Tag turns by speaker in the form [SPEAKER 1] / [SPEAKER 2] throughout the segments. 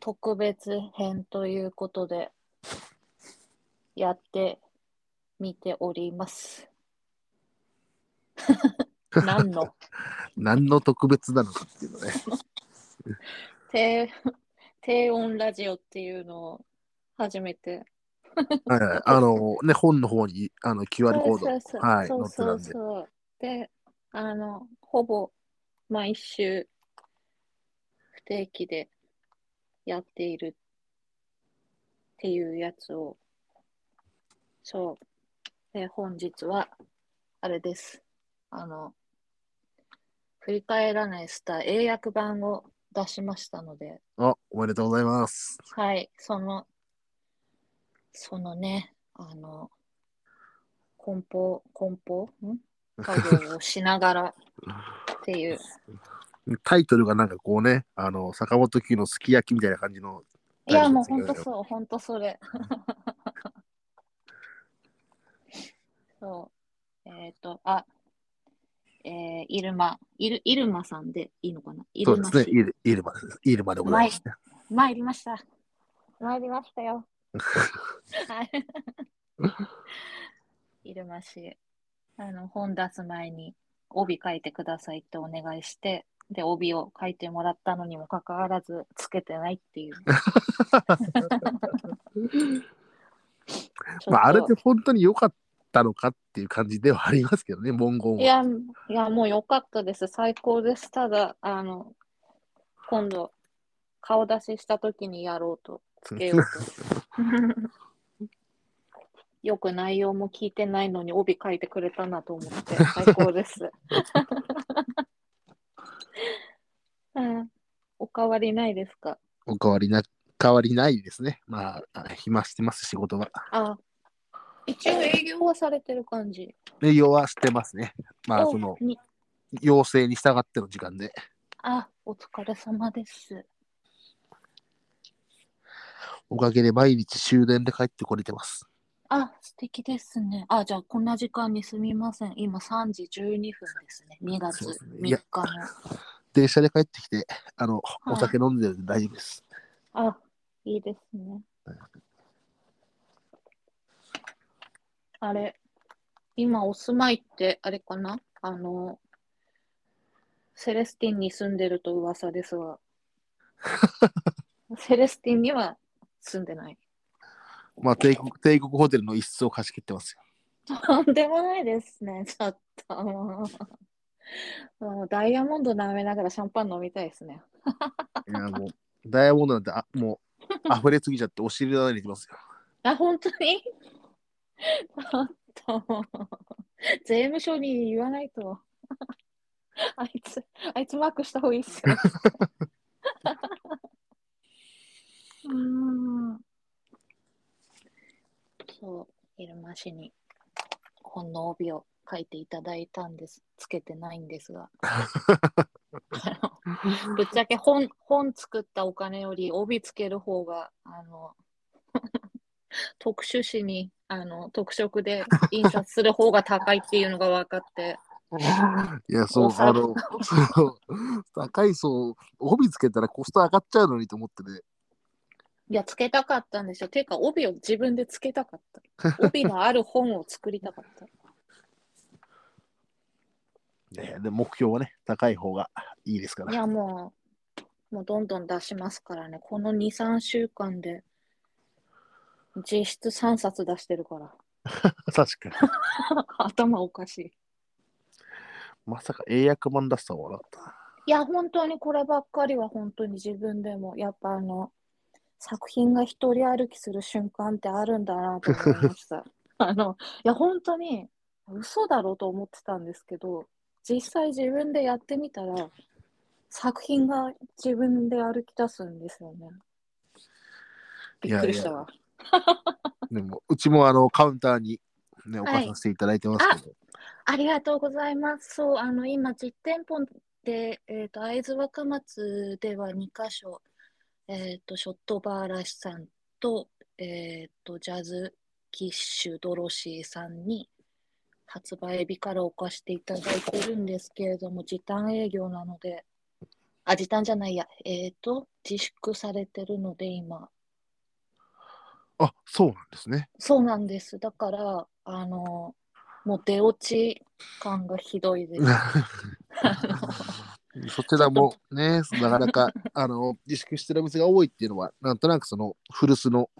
[SPEAKER 1] 特別編ということで、やってみております。何の
[SPEAKER 2] 何の特別なのかっていうのね。
[SPEAKER 1] 低低音ラジオっていうのを初めて。
[SPEAKER 2] はいはい、あの、ね、本の方にあの QR コード、はい、載
[SPEAKER 1] そう
[SPEAKER 2] って
[SPEAKER 1] そ
[SPEAKER 2] た
[SPEAKER 1] うん
[SPEAKER 2] で。
[SPEAKER 1] そう。で、あの、ほぼ毎週不定期でやっているっていうやつを、そう。で、本日は、あれです。あの、振り返らないスター英訳版を出しましたので、
[SPEAKER 2] あ、おめでとうございます。
[SPEAKER 1] はい、その、そのね、あの、梱包、梱包ん作業をしながらって いう、
[SPEAKER 2] タイトルがなんかこうね、あの、坂本九のすき焼きみたいな感じの、
[SPEAKER 1] いや、もう本当そう、本当それ。 そう。えっ、と、あ、えー、イルマ、イル、イルマさんでいいのかなイ
[SPEAKER 2] そ
[SPEAKER 1] ル
[SPEAKER 2] うで
[SPEAKER 1] マ
[SPEAKER 2] すね、
[SPEAKER 1] 氏
[SPEAKER 2] イルイルマです。イルマでございますね。
[SPEAKER 1] 参りました。参りましたよ。はい。い るまし、あの、本出す前に帯書いてくださいってお願いして、で、帯を書いてもらったのにもかかわらず、つけてないっていう。
[SPEAKER 2] まあ、あれ
[SPEAKER 1] ち
[SPEAKER 2] で
[SPEAKER 1] ょっ
[SPEAKER 2] 本当に良かったのかっていう感じではありますけどね、文言
[SPEAKER 1] とい
[SPEAKER 2] は。
[SPEAKER 1] や、いや、もう良かったです。最高です。ただ、あの、今度、顔出しした時にやろうと。つけようと。 よく内容も聞いてないのに帯書いてくれたなと思って最高です。 うん、おかわりないですか
[SPEAKER 2] お変わりな、変わりないですね。まあ、暇してます、仕事は。
[SPEAKER 1] あ一応営業はされてる感じ。
[SPEAKER 2] で、要はしてますね。まあ、
[SPEAKER 1] お
[SPEAKER 2] その、
[SPEAKER 1] に
[SPEAKER 2] 要請に従っての時間で。
[SPEAKER 1] あお疲れ様です。
[SPEAKER 2] おかげで毎日終電で帰ってこれてます。
[SPEAKER 1] あ素敵ですね。あじゃあこんな時間にすみません。今3時12分ですね。2月
[SPEAKER 2] そうですね
[SPEAKER 1] 3
[SPEAKER 2] い
[SPEAKER 1] 日
[SPEAKER 2] や
[SPEAKER 1] の。
[SPEAKER 2] 電車で帰ってきて、あの、
[SPEAKER 1] い
[SPEAKER 2] お酒飲んでるんで大丈夫です。
[SPEAKER 1] あ、いいですね。あれ、今お住まいってあれかなあの、セレスティンに住んでると噂です わ。セレスティンには住んでない。
[SPEAKER 2] まあ、帝国、帝国ホテルの一室を貸し切ってますよ。
[SPEAKER 1] とんでもないですね、ちょっともう。もうダイヤモンド舐めながらシャンパン飲みたいですね。
[SPEAKER 2] いや、もう、ダイヤモンドなんて、あもう、溢れすぎちゃって、お尻の穴に行きますよ。
[SPEAKER 1] あ、本当に ちょっともう、税務署に言わないと。 あいつ、あいつマークした方がいいっすよ。うーん。 そう、イルマ氏に本の帯を書いていただいたんです。つけてないんですが。ぶっちゃけ本本作ったお金より帯つける方があの 特殊紙にあの特色で印刷する方が高いっていうのが分かって
[SPEAKER 2] いや、そう、あの、そう高い層、帯つけたらコスト上がっちゃうのにと思ってね。
[SPEAKER 1] いやつけたかったんですよていうか帯を自分でつけたかった帯のある本を作りたかった
[SPEAKER 2] ねで、目標はね、高い方がいいですから。
[SPEAKER 1] いやもう、もうどんどん出しますからね。この2、3週間で、実質3冊出してるから。
[SPEAKER 2] 確かに。
[SPEAKER 1] 頭おかしい。
[SPEAKER 2] まさか英訳版出したら笑った。
[SPEAKER 1] いや、本当にこればっかりは本当に自分でも、やっぱあの、作品が一人歩きする瞬間ってあるんだなと思いました。あの、いや、本当に嘘だろうと思ってたんですけど、実際自分でやってみたら、作品が自分で歩き出すんですよね。びっくりしたわ。
[SPEAKER 2] でも、うちもあの、カウンターに、ね、置かさせていただいてますけど。
[SPEAKER 1] ありがとうございます。そう、あの、今、実店舗で、えっ、と、会津若松では2カ所、えっ、と、ショットバーらしさんと、えっ、と、ジャズキッシュドロシーさんに発売日から置かせていただいてるんですけれども、時短営業なので、あ、時短じゃないや。えっ、と、自粛されてるので、今。
[SPEAKER 2] あ、そうなんですね。
[SPEAKER 1] そうなんです。だから、あの、もう出落ち感がひどいです。
[SPEAKER 2] そちらもね、なかなか、あの、自粛してるお店が多いっていうのは、なんとなくその、古巣の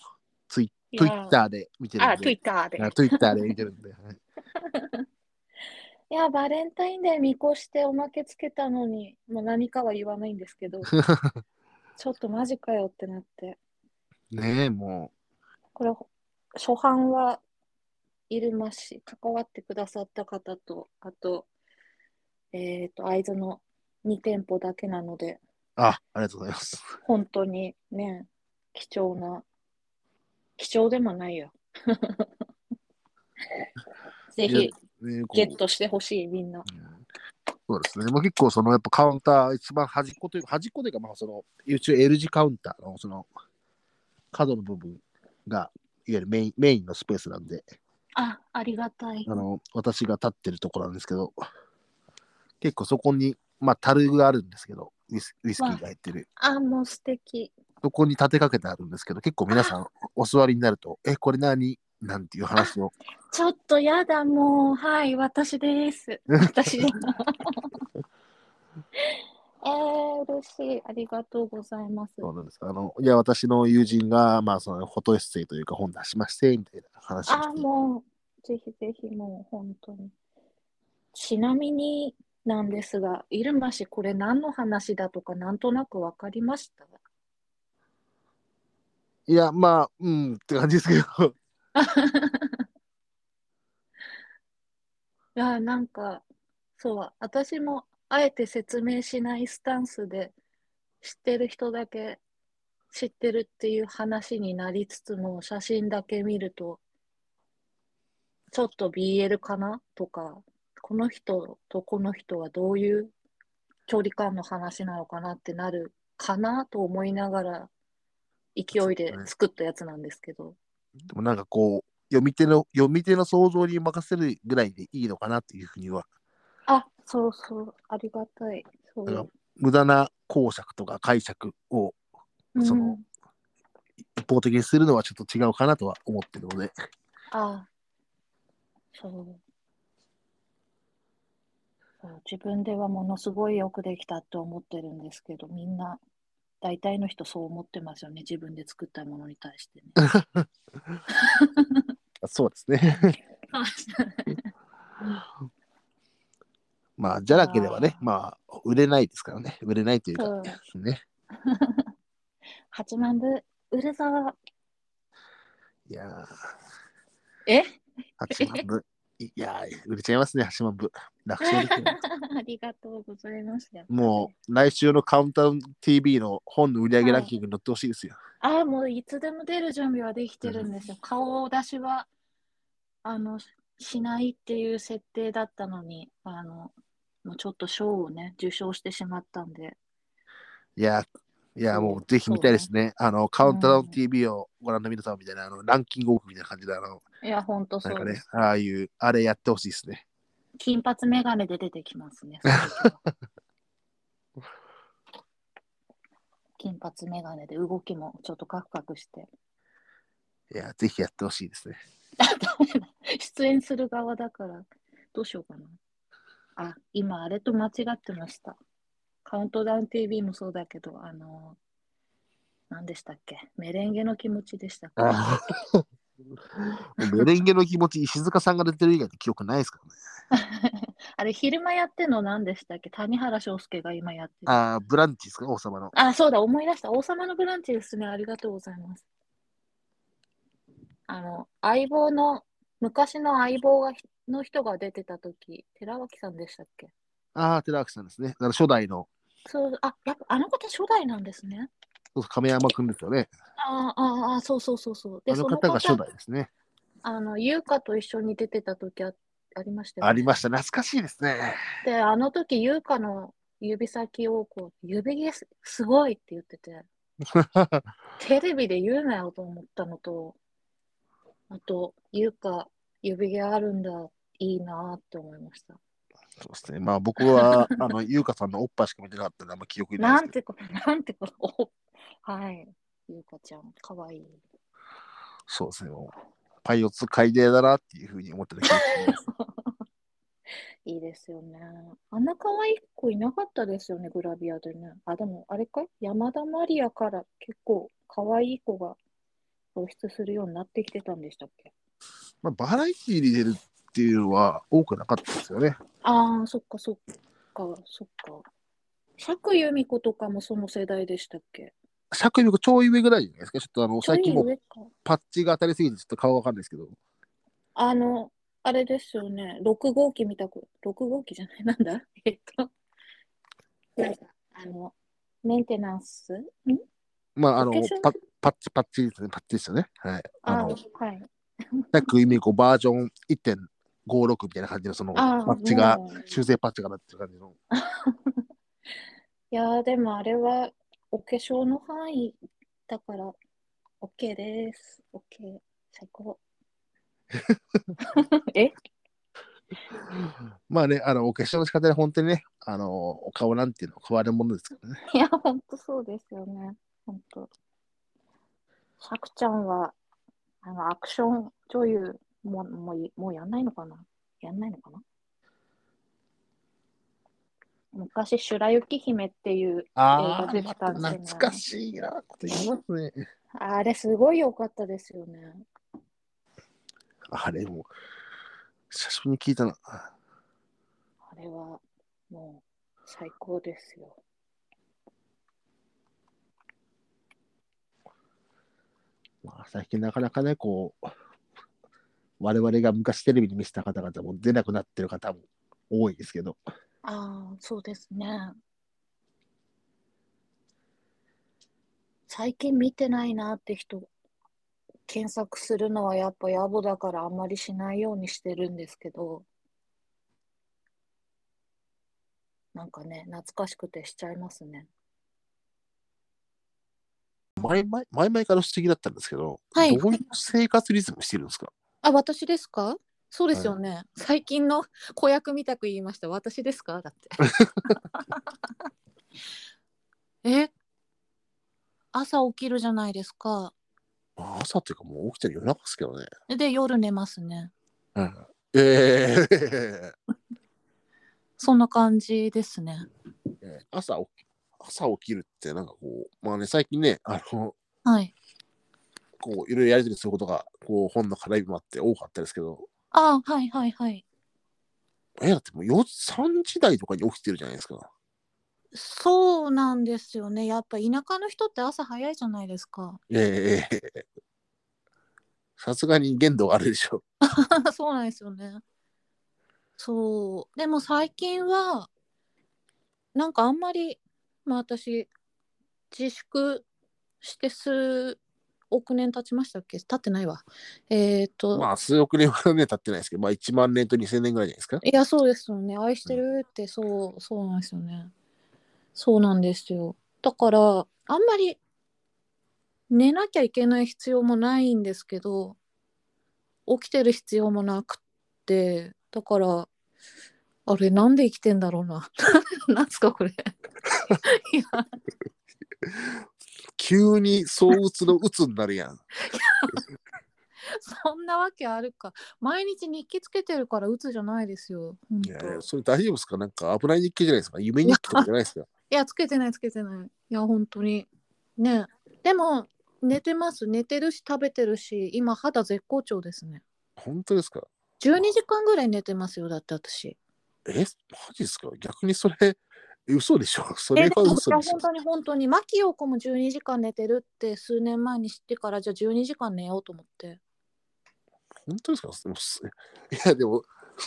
[SPEAKER 2] ツイ
[SPEAKER 1] いや
[SPEAKER 2] ツイッターで見てるん
[SPEAKER 1] あ、
[SPEAKER 2] で。
[SPEAKER 1] ツイッターで。
[SPEAKER 2] あツイッターで見てるんで。はい
[SPEAKER 1] いや、バレンタインデー見越しておまけつけたのに、もう何かは言わないんですけ ど、ちょっとマジかよってなって。
[SPEAKER 2] ねえ、も
[SPEAKER 1] これ、初版は入れますし、関わってくださった方と、あと、えっ、と、会津の2店舗だけなので、
[SPEAKER 2] う、あ、ありがとうございます。
[SPEAKER 1] 本当にね、貴重な、貴重でもない よ。ぜ
[SPEAKER 2] い
[SPEAKER 1] ひ
[SPEAKER 2] やねこう
[SPEAKER 1] ゲットしてほしい、みんな。
[SPEAKER 2] そうですね。まあ、結構そのやっぱカウンター一番端っこというか端っこというかまあその一応 L 字カウンターのその角の部分がいわゆるメインメインのスペースなんで
[SPEAKER 1] あ、ありがたい
[SPEAKER 2] あの私が立ってるところなんですけど結構そこにまあ樽があるんですけどウイスウイスキーが入ってる
[SPEAKER 1] あ、もう素敵。
[SPEAKER 2] そこに立てかけてあるんですけど結構皆さんお座りになると えこれ何なんていう話を
[SPEAKER 1] ちょっとやだ、もう。はい、私です。私です。 えー、嬉しい。ありがとうございます。
[SPEAKER 2] そうなんですあのいや私の友人がまあそのフォトエッセイというか本出しましてみたいな話を
[SPEAKER 1] あ、
[SPEAKER 2] して
[SPEAKER 1] もう、ぜひぜひ、もう、本当に。ちなみになんですが、入間氏、これ何の話だとか、なんとなくわかりました
[SPEAKER 2] いやまあうんって感じですけど
[SPEAKER 1] いや、なんか、そう、私も、あえて説明しないスタンスで、知ってる人だけ知ってるっていう話になりつつも、写真だけ見ると、ちょっと BL かなとか、この人とこの人はどういう距離感の話なのかなってなるかなと思いながら、勢いで作ったやつなんですけど。
[SPEAKER 2] でもなんかこう読み手の読み手の想像に任せるぐらいでいいのかなっていうふうには
[SPEAKER 1] あ、そうそう、ありがたい。そ
[SPEAKER 2] あの
[SPEAKER 1] う。
[SPEAKER 2] 無駄な公爵とか解釈をその
[SPEAKER 1] うん
[SPEAKER 2] 一方的にするのはちょっと違うかなとは思ってる ので
[SPEAKER 1] ああ、そう。そう、自分ではものすごいよくできたって思ってるんですけど、みんな、大体の人そう思ってますよね、自分で作ったものに対してね。
[SPEAKER 2] あそうですね
[SPEAKER 1] そう
[SPEAKER 2] まあじゃなければね
[SPEAKER 1] あー
[SPEAKER 2] まあ売れないですからね売れないというかね
[SPEAKER 1] 8万部売るぞ
[SPEAKER 2] いや
[SPEAKER 1] え
[SPEAKER 2] ー8万部いやー売れちゃいますね8万部楽勝で すね
[SPEAKER 1] ありがとうございます。
[SPEAKER 2] もう来週のカウンター TV の本の売り上げランキングに載ってほしいですよ、
[SPEAKER 1] ああ、もういつでも出る準備はできてるんですよ。顔出しは、あの、しないっていう設定だったのに、あの、もうちょっと賞をね、受賞してしまったんで。
[SPEAKER 2] いや、いや、
[SPEAKER 1] そう
[SPEAKER 2] もうぜひ見たいですね。あの、カウントダウン TV をご覧の皆さんみたいな、あの、ランキングオフみたいな感じで、あの、
[SPEAKER 1] いや、ほんと
[SPEAKER 2] な
[SPEAKER 1] そ
[SPEAKER 2] んか
[SPEAKER 1] うで
[SPEAKER 2] ね
[SPEAKER 1] す。、
[SPEAKER 2] ああいう、あれやってほしいですね。
[SPEAKER 1] 金髪メガネで出てきますね。そういう 人は金髪メガネで動きもちょっとカクカクして。
[SPEAKER 2] いや、ぜひやってほしいですね。
[SPEAKER 1] 出演する側だから、どうしようかな。あ、今、あれと間違ってました。カウントダウン TV もそうだけど、あのー、何でしたっけメレンゲの気持ちでしたっ け
[SPEAKER 2] あーメレンゲの気持ち、石塚さんが出てる以外で記憶ないです からね。
[SPEAKER 1] あれ、昼間やってんの何でしたっけ谷原章介が今やってる。あ
[SPEAKER 2] ああ、ブランチですか、王様の。
[SPEAKER 1] そうだ、思い出した。王様のブランチですね。ありがとうございます。あの、相棒の、昔の相棒がの人が出てた時寺脇さんでしたっけ
[SPEAKER 2] ああ、寺脇さんですね。だから初代の、
[SPEAKER 1] そう、あ、やっぱあの方初代なんですね。
[SPEAKER 2] そうそう亀山くんですよね。
[SPEAKER 1] ああ、ああああ、そうそうそうそう。で、
[SPEAKER 2] あ
[SPEAKER 1] そ
[SPEAKER 2] の
[SPEAKER 1] の
[SPEAKER 2] 方が初代ですね。
[SPEAKER 1] あの、優香と一緒に出てた時あありましたよね。
[SPEAKER 2] ありました。懐かしいですね。
[SPEAKER 1] で、あの時優香の指先をこう、指毛すすごいって言ってて、テレビで言うなよと思ったのと、あと、優香、指毛あるんだ、いいなって思いました。
[SPEAKER 2] そうですね。まあ僕 は、あの、優香さんのおっぱいしか見てなかったんで、あんま記憶にな
[SPEAKER 1] な
[SPEAKER 2] いです
[SPEAKER 1] ん
[SPEAKER 2] け
[SPEAKER 1] てこと、なんてこと。 おはい。ゆうかちゃん、かわいい。
[SPEAKER 2] ど。そうですね。もうパイオツ海底だなっていうふうに思ってた記憶があります
[SPEAKER 1] いいですよね。あんな可愛い子いなかったですよね、グラビアでね。あ、でも、あれかい山田マリアから結構可愛い子が露出するようになってきてたんでしたっけ
[SPEAKER 2] まあバラエティーに出るっていうのは多くなかったですよね。
[SPEAKER 1] ああ、そっかそっか、そっか。釈由美子とかもその世代でしたっけ
[SPEAKER 2] 作品力ちょい上ぐらいじゃないですか。ちょっとあの、最近も
[SPEAKER 1] ちょい
[SPEAKER 2] う
[SPEAKER 1] 上か。
[SPEAKER 2] パッチが当たりすぎてちょっと顔わかんないですけど、
[SPEAKER 1] あの、あれですよね。6号機見たく、6号機じゃない、なんだ えっと、なんか、あの、メンテナンスん
[SPEAKER 2] まああの
[SPEAKER 1] お化粧、
[SPEAKER 2] パパッチパッチですね。パッチですよね。はい。あ
[SPEAKER 1] あ
[SPEAKER 2] の、
[SPEAKER 1] はい。
[SPEAKER 2] 作品力バージョン1.56みたいな感じのその、
[SPEAKER 1] ああ、
[SPEAKER 2] パッチが、
[SPEAKER 1] もう
[SPEAKER 2] 修正パッチがなってる感じの。
[SPEAKER 1] いやー、でもあれは、お化粧の範囲だから、OK です。OK。最高。え
[SPEAKER 2] まあね、あの、お化粧の仕方で本当にね、あの、お顔なんていうのは変わるものですからね。
[SPEAKER 1] いや、ほんとそうですよね。ほんと。さくちゃんは、あの、アクション女優も、もうい、もうやんないのかなやんないのかな昔、白雪姫っていう、
[SPEAKER 2] あ
[SPEAKER 1] 映画
[SPEAKER 2] あ、
[SPEAKER 1] できたんでね
[SPEAKER 2] 懐かしいなこと言いますね。
[SPEAKER 1] あれすごい良かったですよね。
[SPEAKER 2] あれも、久しぶりに聞いたな。
[SPEAKER 1] あれは、もう、最高ですよ。
[SPEAKER 2] まあ、最近なかなかね、こう、我々が昔テレビに見せた方々も出なくなってる方も多いですけど、
[SPEAKER 1] ああ、そうですね。最近見てないなって人、検索するのはやっぱ野暮だからあんまりしないようにしてるんですけど、なんかね、懐かしくてしちゃいますね。
[SPEAKER 2] 前々前々から不思議だったんですけど、
[SPEAKER 1] はい
[SPEAKER 2] どういう生活リズムしてるんですか
[SPEAKER 3] あ、私ですかそうです
[SPEAKER 2] よ
[SPEAKER 3] ね。最近の子役みたく言いました。私ですかだって。え朝起きるじゃないですか。
[SPEAKER 2] まあ朝っていうかもう起きてる夜中ですけどね。
[SPEAKER 3] で、夜寝ますね。
[SPEAKER 2] うん、えー
[SPEAKER 3] そんな感じですね。
[SPEAKER 2] えー朝起き朝起きるってなんかこうまあね最近ねあの
[SPEAKER 3] はい。
[SPEAKER 2] こういろいろやり取りすることがこう本の絡みもあって多かったですけど
[SPEAKER 3] あはいはいはい。
[SPEAKER 2] えだってもう4 3時台とかに起きてるじゃないですか
[SPEAKER 3] そうなんですよね。やっぱ田舎の人って朝早いじゃないですか。
[SPEAKER 2] ええさすがに限度があるでしょ
[SPEAKER 3] そうなんですよね。そう。でも最近は、なんかあんまり、まあ私、自粛して数億年経ちましたっけ経ってないわ。えっ、と、
[SPEAKER 2] まあ数億年はね経ってないですけどまあ1万年と2000年ぐらいじゃないですか
[SPEAKER 3] いや、そうですよね。愛してるって、そう、そうなんですよね。そうなんですよ。だから、あんまり寝なきゃいけない必要もないんですけど、起きてる必要もなくって、だから、あれ、なんで生きてんだろうな。 なんすか、 これ。いや、
[SPEAKER 2] 急に躁鬱の鬱になるやん
[SPEAKER 3] そんなわけあるか。毎日日記つけてるから鬱じゃないですよ。ほん
[SPEAKER 2] い
[SPEAKER 3] と
[SPEAKER 2] やいやそれ大丈夫ですかなんか危ない日記じゃないですか夢日記とかじゃないですか
[SPEAKER 3] いや、つけてない、つけてない。いや、本当に。ねえ。でも、寝てます。寝てるし、食べてるし、今、肌絶好調ですね。
[SPEAKER 2] 本当ですか
[SPEAKER 3] 12時間ぐらい寝てますよ、だって私。
[SPEAKER 2] えマジですか逆にそれ嘘でしょそ
[SPEAKER 3] え、
[SPEAKER 2] れ
[SPEAKER 3] で
[SPEAKER 2] は
[SPEAKER 3] もい
[SPEAKER 2] 嘘
[SPEAKER 3] や
[SPEAKER 2] でしょ
[SPEAKER 3] 本当に本当に。牧陽子も12時間寝てるって数年前に知ってから、じゃあ12時間寝ようと思って。
[SPEAKER 2] 本当ですかでもすいやでも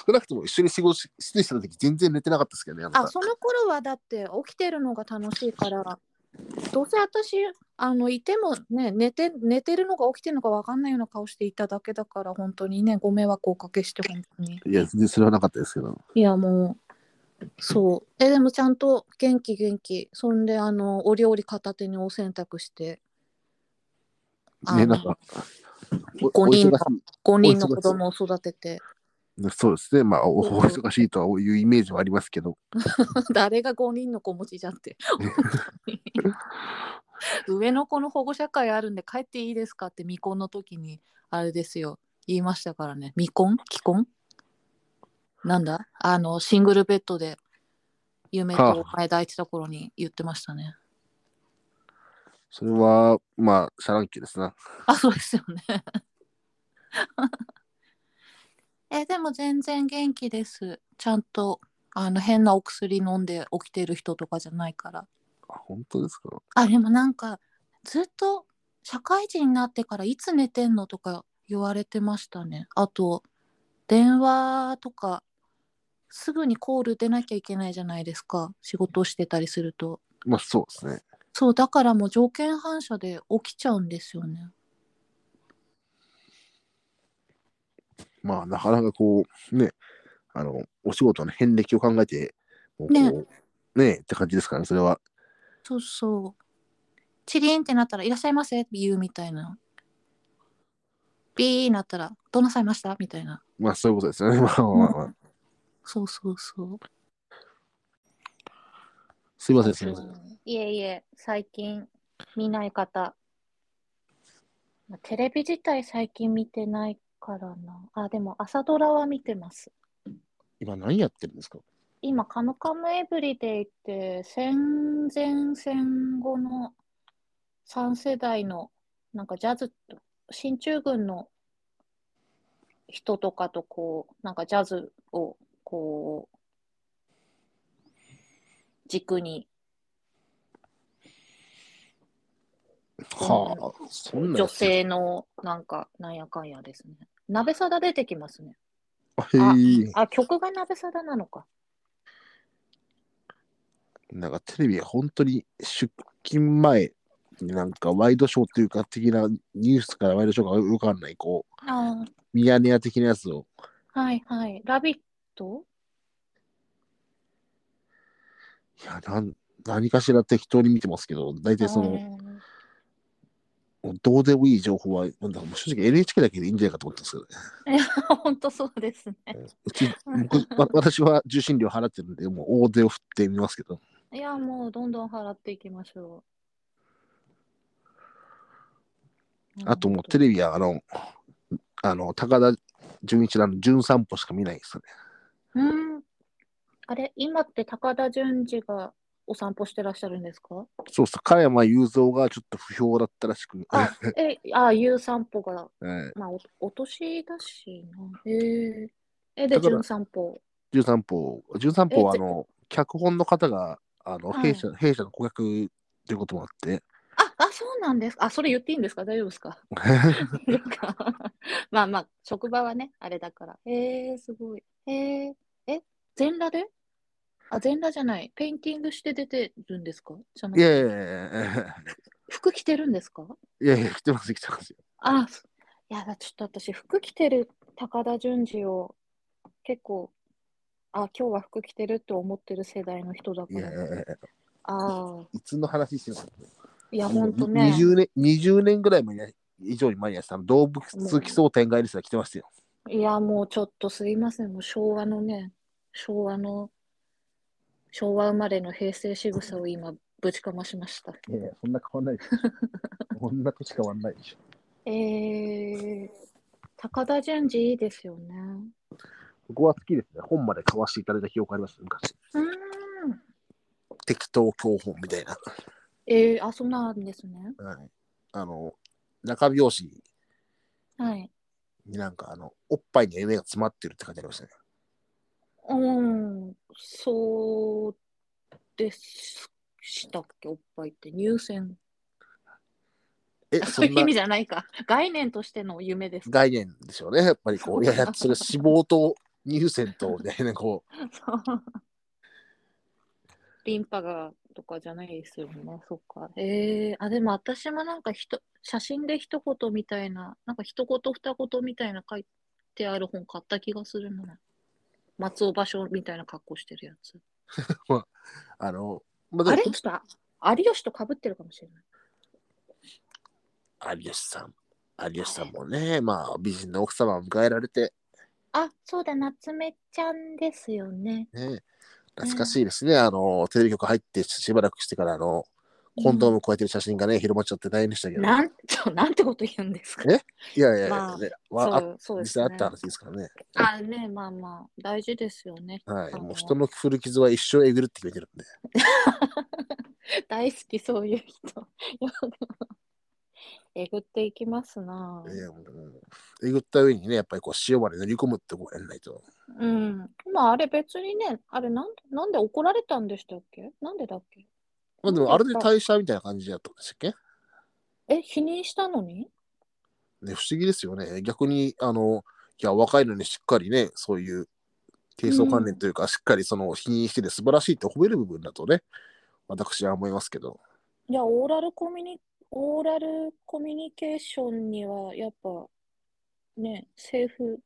[SPEAKER 2] 少なくとも一緒に仕事ししてた時全然寝てなかったですけどねあなた
[SPEAKER 3] あ、その頃はだって起きてるのが楽しいから、どうせ私、あの、いてもね、寝て、寝てるのか起きてるのか分かんないような顔していただけだから、本当にね、ご迷惑をおかけして、本当に。
[SPEAKER 2] いや全然それはなかったですけど
[SPEAKER 3] いやもうそうえでもちゃんと元気元気そんであのお料理片手にお洗濯してあ
[SPEAKER 2] ね
[SPEAKER 3] の
[SPEAKER 2] なんかお
[SPEAKER 3] 五
[SPEAKER 2] お忙し
[SPEAKER 3] 人
[SPEAKER 2] い
[SPEAKER 3] の5人の子供を育てて
[SPEAKER 2] そうですね。まあ、お
[SPEAKER 3] うん
[SPEAKER 2] お忙しいとはいうイメージはありますけど。
[SPEAKER 3] 誰が5人の子持ちじゃんって。本当に上の子の保護者会あるんで帰っていいですかって未婚の時にあれですよ言いましたからね未婚既婚なんだあのシングルベッドで夢とお前抱いてた頃に言ってましたね
[SPEAKER 2] それは、まあ、シャランキューですな。
[SPEAKER 3] あそうですよね えでも全然元気ですちゃんとあの変なお薬飲んで起きてる人とかじゃないから
[SPEAKER 2] あ本当ですか
[SPEAKER 3] あでもなんかずっと社会人になってからいつ寝てんのとか言われてましたねあと電話とかすぐにコール出なきゃいけないじゃないですか仕事をしてたりすると
[SPEAKER 2] まあ、そうですね。
[SPEAKER 3] そうだからもう条件反射で起きちゃうんですよね
[SPEAKER 2] まあ、なかなかこう、ね、あの、お仕事の遍歴を考えて、もうこ
[SPEAKER 3] ね
[SPEAKER 2] う、ねえって感じですからね、それは。
[SPEAKER 3] そうそうチリンってなったら「いらっしゃいませ」って言うみたいなビーなったら「どうなさいました?」みたいな
[SPEAKER 2] まあ、そういうことですよね。ま あ、まあまあまあ、
[SPEAKER 3] そうそうそう
[SPEAKER 2] すいません、すいません。
[SPEAKER 1] いえいえ、最近見ない方。まあテレビ自体最近見てないからな。あ、でも朝ドラは見てます。
[SPEAKER 2] 今、何やってるんですか
[SPEAKER 1] 今、カムカムエブリデイって戦前戦後の3世代のなんかジャズと、進駐軍の人とかとこう、なんかジャズをこう、軸に
[SPEAKER 2] はあ、そんな
[SPEAKER 1] 女
[SPEAKER 2] やつ。
[SPEAKER 1] 性のなんかなんやかんやですね。鍋サダ出てきますね。
[SPEAKER 2] あへえ。
[SPEAKER 1] あ、曲が鍋サダなのか。
[SPEAKER 2] なんかテレビ、本当に出勤前になんかワイドショーっていうか、的なニュースからワイドショーがよくわかんない、こう、
[SPEAKER 1] あ
[SPEAKER 2] ミヤネ屋的なやつを。
[SPEAKER 1] はいはい。ラビット
[SPEAKER 2] いや、なん何かしら適当に見てますけど、大体その、どうでもいい情報は、なんだもう正直 NHK だけでいいんじゃないかと思ったんですけどね。
[SPEAKER 1] 本当そうですね。
[SPEAKER 2] うち、僕わ私は受信料払ってるんで、もう大手を振ってみますけど。
[SPEAKER 1] いや、もうどんどん払っていきましょう。
[SPEAKER 2] あともうテレビは、あの、あの、高田純一郎の純散歩しか見ないですね。
[SPEAKER 1] うん。あれ、今って高田純次がお散歩してらっしゃるんですか
[SPEAKER 2] そうそう、加山雄三がちょっと不評だったらしく、
[SPEAKER 1] あ、え、あ、ゆう散歩が、
[SPEAKER 2] ええ
[SPEAKER 1] まあ、おお年だしな。へえ。え、で、
[SPEAKER 2] だから
[SPEAKER 1] 純散歩。
[SPEAKER 2] 13歩、13歩はあ
[SPEAKER 1] えぜ
[SPEAKER 2] の、脚本の方が、あの、
[SPEAKER 1] はい
[SPEAKER 2] 弊社、弊社の顧客っていうこともあって、
[SPEAKER 1] あ、あ、そうなんです。あ、それ言っていいんですか大丈夫ですかなんか まあまあ、職場はね、あれだから。へえすごい。へええ、全裸であ、全裸じゃない。ペインティングして出てるんですかじゃないく
[SPEAKER 2] や
[SPEAKER 1] て
[SPEAKER 2] いやいやいや
[SPEAKER 1] 服着てるんですか
[SPEAKER 2] いやいや、来てます、来てます。
[SPEAKER 1] あ、そいや、ちょっと私、服着てる高田純次を結構、あ、今日は服着てるって思ってる世代の人だか
[SPEAKER 2] いやい
[SPEAKER 1] ら。
[SPEAKER 2] やいや、
[SPEAKER 1] ああ、
[SPEAKER 2] いつの話してるの
[SPEAKER 1] いや、
[SPEAKER 2] あ
[SPEAKER 1] ほ
[SPEAKER 2] の
[SPEAKER 1] んとね。
[SPEAKER 2] 20年、20年ぐらい前に以上に前にやってたの動物奇想天外リストが来てましたよ。
[SPEAKER 1] いや、もうちょっとすいません。もう昭和のね、昭和の、昭和生まれの平成仕草を今、ぶちかましました。
[SPEAKER 2] いやいや、そんな変わんない でしょ。こんな年変わんないでしょ。
[SPEAKER 1] えー、高田純次いいですよね。
[SPEAKER 2] ここは好きですね。本まで買わせていただいた記憶あります、昔。
[SPEAKER 1] うーん。
[SPEAKER 2] 適当教本みたいな。
[SPEAKER 1] えー、あ、そうなんですね。
[SPEAKER 2] はい、あの、中拍子
[SPEAKER 1] はい。
[SPEAKER 2] になんかあの、おっぱいに夢が詰まってるって書いてありましたね。
[SPEAKER 1] うーん、そうでしたっけ、おっぱいって。入選。
[SPEAKER 2] え、
[SPEAKER 1] そ
[SPEAKER 2] そう
[SPEAKER 1] い
[SPEAKER 2] ん
[SPEAKER 1] う
[SPEAKER 2] な
[SPEAKER 1] 意味じゃないか。概念としての夢ですか。
[SPEAKER 2] 概念でしょうね。やっぱりこう、いやいや、それ脂肪と乳腺と、みたいな、こう、
[SPEAKER 1] そうリンパがとかじゃないですよね、そっか。ええあ、でも私もなんかひと写真で一言みたいな、なんか一言二言みたいな書いてある本買った気がするな。松尾芭蕉みたいな格好してるやつ。
[SPEAKER 2] あの、ま
[SPEAKER 1] あ
[SPEAKER 2] あ、
[SPEAKER 1] れ
[SPEAKER 2] で
[SPEAKER 1] ちょっとあ有吉と被ってるかもしれない。
[SPEAKER 2] も、有吉さん、有吉さんもね、まあ、美人の奥様を迎えられて、
[SPEAKER 1] あ、そうだ、夏目ちゃんですよね。
[SPEAKER 2] ね懐かしいですね。あの、テレビ局入ってしばらくしてから、あの、コンドーム超えてる写真がね、広まっちゃって大変でしたけど。
[SPEAKER 1] なん、ちょ、なんてこと言うんですか。
[SPEAKER 2] えいやいやいや、
[SPEAKER 1] まあ
[SPEAKER 2] ねわ
[SPEAKER 1] そ
[SPEAKER 2] あ
[SPEAKER 1] う、そう
[SPEAKER 2] 実
[SPEAKER 1] です
[SPEAKER 2] 際あっ
[SPEAKER 1] ね
[SPEAKER 2] た。話ですからね。
[SPEAKER 1] あ、ね、まあまあ、大事ですよね。
[SPEAKER 2] はい。
[SPEAKER 1] あ
[SPEAKER 2] もう
[SPEAKER 1] の
[SPEAKER 2] 人の古傷は一生えぐるって決めてるんで。
[SPEAKER 1] 大好き、そういう人。えぐっていきますな。
[SPEAKER 2] ええうんえぐった上にね、やっぱりこう塩まで乗り込むってことやんないと。
[SPEAKER 1] うん。まあ、あれ、別にね、あれ、なんで、なんで怒られたんでしたっけ。なんでだっけ。
[SPEAKER 2] まあでもあれで退社みたいな感じだったんでしたっけ
[SPEAKER 1] え、否認したのに。
[SPEAKER 2] ね、不思議ですよね。逆に、あの、いや、若いのにしっかりね、そういう低層関連というか、しっかりその、否認してて素晴らしいって褒める部分だとね、私は思いますけど。
[SPEAKER 1] いや、オーラルコミュニ、オーラルコミュニケーションには、やっぱ、ね、セーフ、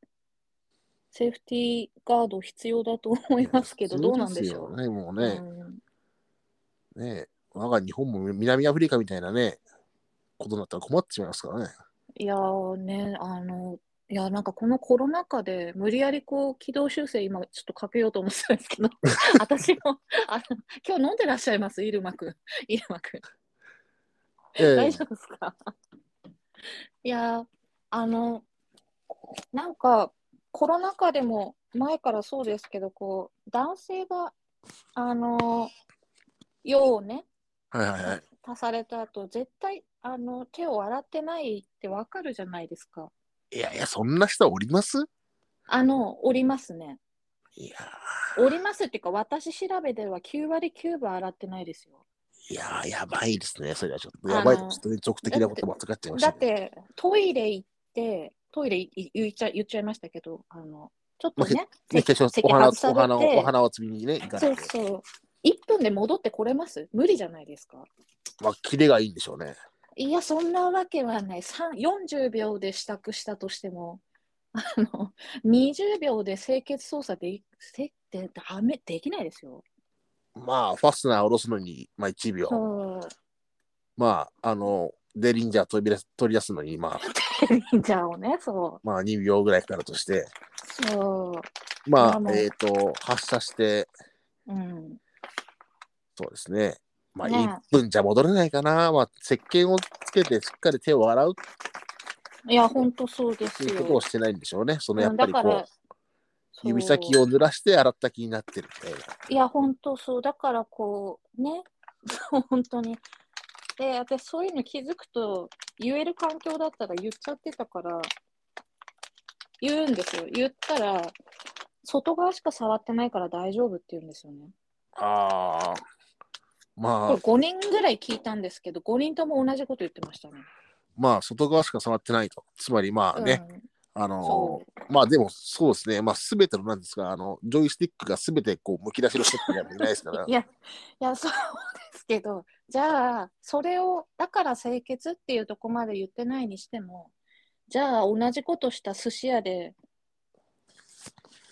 [SPEAKER 1] セーフティーガード必要だと思いますけど、どうなんでしょ
[SPEAKER 2] そうすよね、もう
[SPEAKER 1] う。
[SPEAKER 2] ね、
[SPEAKER 1] うん
[SPEAKER 2] ね我が日本も南アフリカみたいなね、ことになったら困ってしまいますからね。
[SPEAKER 1] いやーね、あの、いや、なんかこのコロナ禍で、無理やりこう、軌道修正、今、ちょっとかけようと思ってたんです けど、私も、あの、今日飲んでらっしゃいます、入間くん。入間くん。
[SPEAKER 2] え
[SPEAKER 1] 大
[SPEAKER 2] え
[SPEAKER 1] 丈夫ですか いやーあのなんかコロナ禍でも前からそうですけどこう男性があの用をね
[SPEAKER 2] はいはいはい。
[SPEAKER 1] 足された後絶対あの手を洗ってないってわかるじゃないですか
[SPEAKER 2] いやいや、そんな人おります
[SPEAKER 1] あのおりますね
[SPEAKER 2] いや
[SPEAKER 1] おりますっていうか私調べでは9割9分洗ってないですよ
[SPEAKER 2] ー、いやー、やばいですね。それはちょっと、
[SPEAKER 1] あの
[SPEAKER 2] やばいですね。俗的なことばっかりやってまし
[SPEAKER 1] だ
[SPEAKER 2] た
[SPEAKER 1] っ
[SPEAKER 2] けど。
[SPEAKER 1] てトイレ行ってトイレい言っちゃ言っちゃいましたけどあのちょっとねせ
[SPEAKER 2] ね、化粧
[SPEAKER 1] 席
[SPEAKER 2] お花を
[SPEAKER 1] 外され
[SPEAKER 2] お
[SPEAKER 1] て
[SPEAKER 2] 花をお花を摘みにね、行か
[SPEAKER 1] そ
[SPEAKER 2] れ
[SPEAKER 1] う
[SPEAKER 2] て。
[SPEAKER 1] そう1分で戻ってこれます無理じゃないですか
[SPEAKER 2] まあ、キレがいいんでしょうね。
[SPEAKER 1] いやそんなわけはない3 40秒で支度したとしてもあの20秒で清潔操作でせでダメできないですよ
[SPEAKER 2] まあ、ファスナーを下ろすのに、まあ、1 秒。
[SPEAKER 1] そう
[SPEAKER 2] まあ、あの、デリンジャー取り出す取り出すのに、まあ、
[SPEAKER 1] テレンジャーをねそ
[SPEAKER 2] まあ、2秒ぐらいかかるとして、
[SPEAKER 1] うそ
[SPEAKER 2] まあ、
[SPEAKER 1] まあ
[SPEAKER 2] えっ、と、発射して、
[SPEAKER 1] ううん
[SPEAKER 2] そうですね。まあ、
[SPEAKER 1] ね
[SPEAKER 2] 1分じゃ戻れないかな。まあ、石鹸をつけてしっかり手を洗うっ
[SPEAKER 1] いやほんとそうです
[SPEAKER 2] ていうことを
[SPEAKER 1] よ
[SPEAKER 2] してないんでしょうね。そのや
[SPEAKER 1] う
[SPEAKER 2] っ
[SPEAKER 1] ん
[SPEAKER 2] ぱ
[SPEAKER 1] だ
[SPEAKER 2] りこ
[SPEAKER 1] から
[SPEAKER 2] う、
[SPEAKER 1] そう
[SPEAKER 2] 指先を濡らして洗った気になってるみたいな。
[SPEAKER 1] いや、本当そう。だからこう、ね、 本当に。で、私、そういうの気づくと、言える環境だったら言っちゃってたから、言うんですよ。言ったら、外側しか触ってないから大丈夫って言うんですよね。
[SPEAKER 2] ああ。
[SPEAKER 1] こ
[SPEAKER 2] ま
[SPEAKER 1] れ
[SPEAKER 2] あ、
[SPEAKER 1] 5人ぐらい聞いたんですけど、5人とも同じこと言ってましたね。
[SPEAKER 2] まあ、外側しか触ってないと。つまり、まあね、あ
[SPEAKER 1] うん、
[SPEAKER 2] の
[SPEAKER 1] そう。
[SPEAKER 2] ーまあでも、そうですね。まあ、すべての、なんですか、あの、ジョイスティックがすべて、こう、むき出しの人ってやないですから
[SPEAKER 1] い。や、いや、そうですけど、じゃあ、それを、だから清潔っていうとこまで言ってないにしても、じゃあ、同じことした寿司屋で、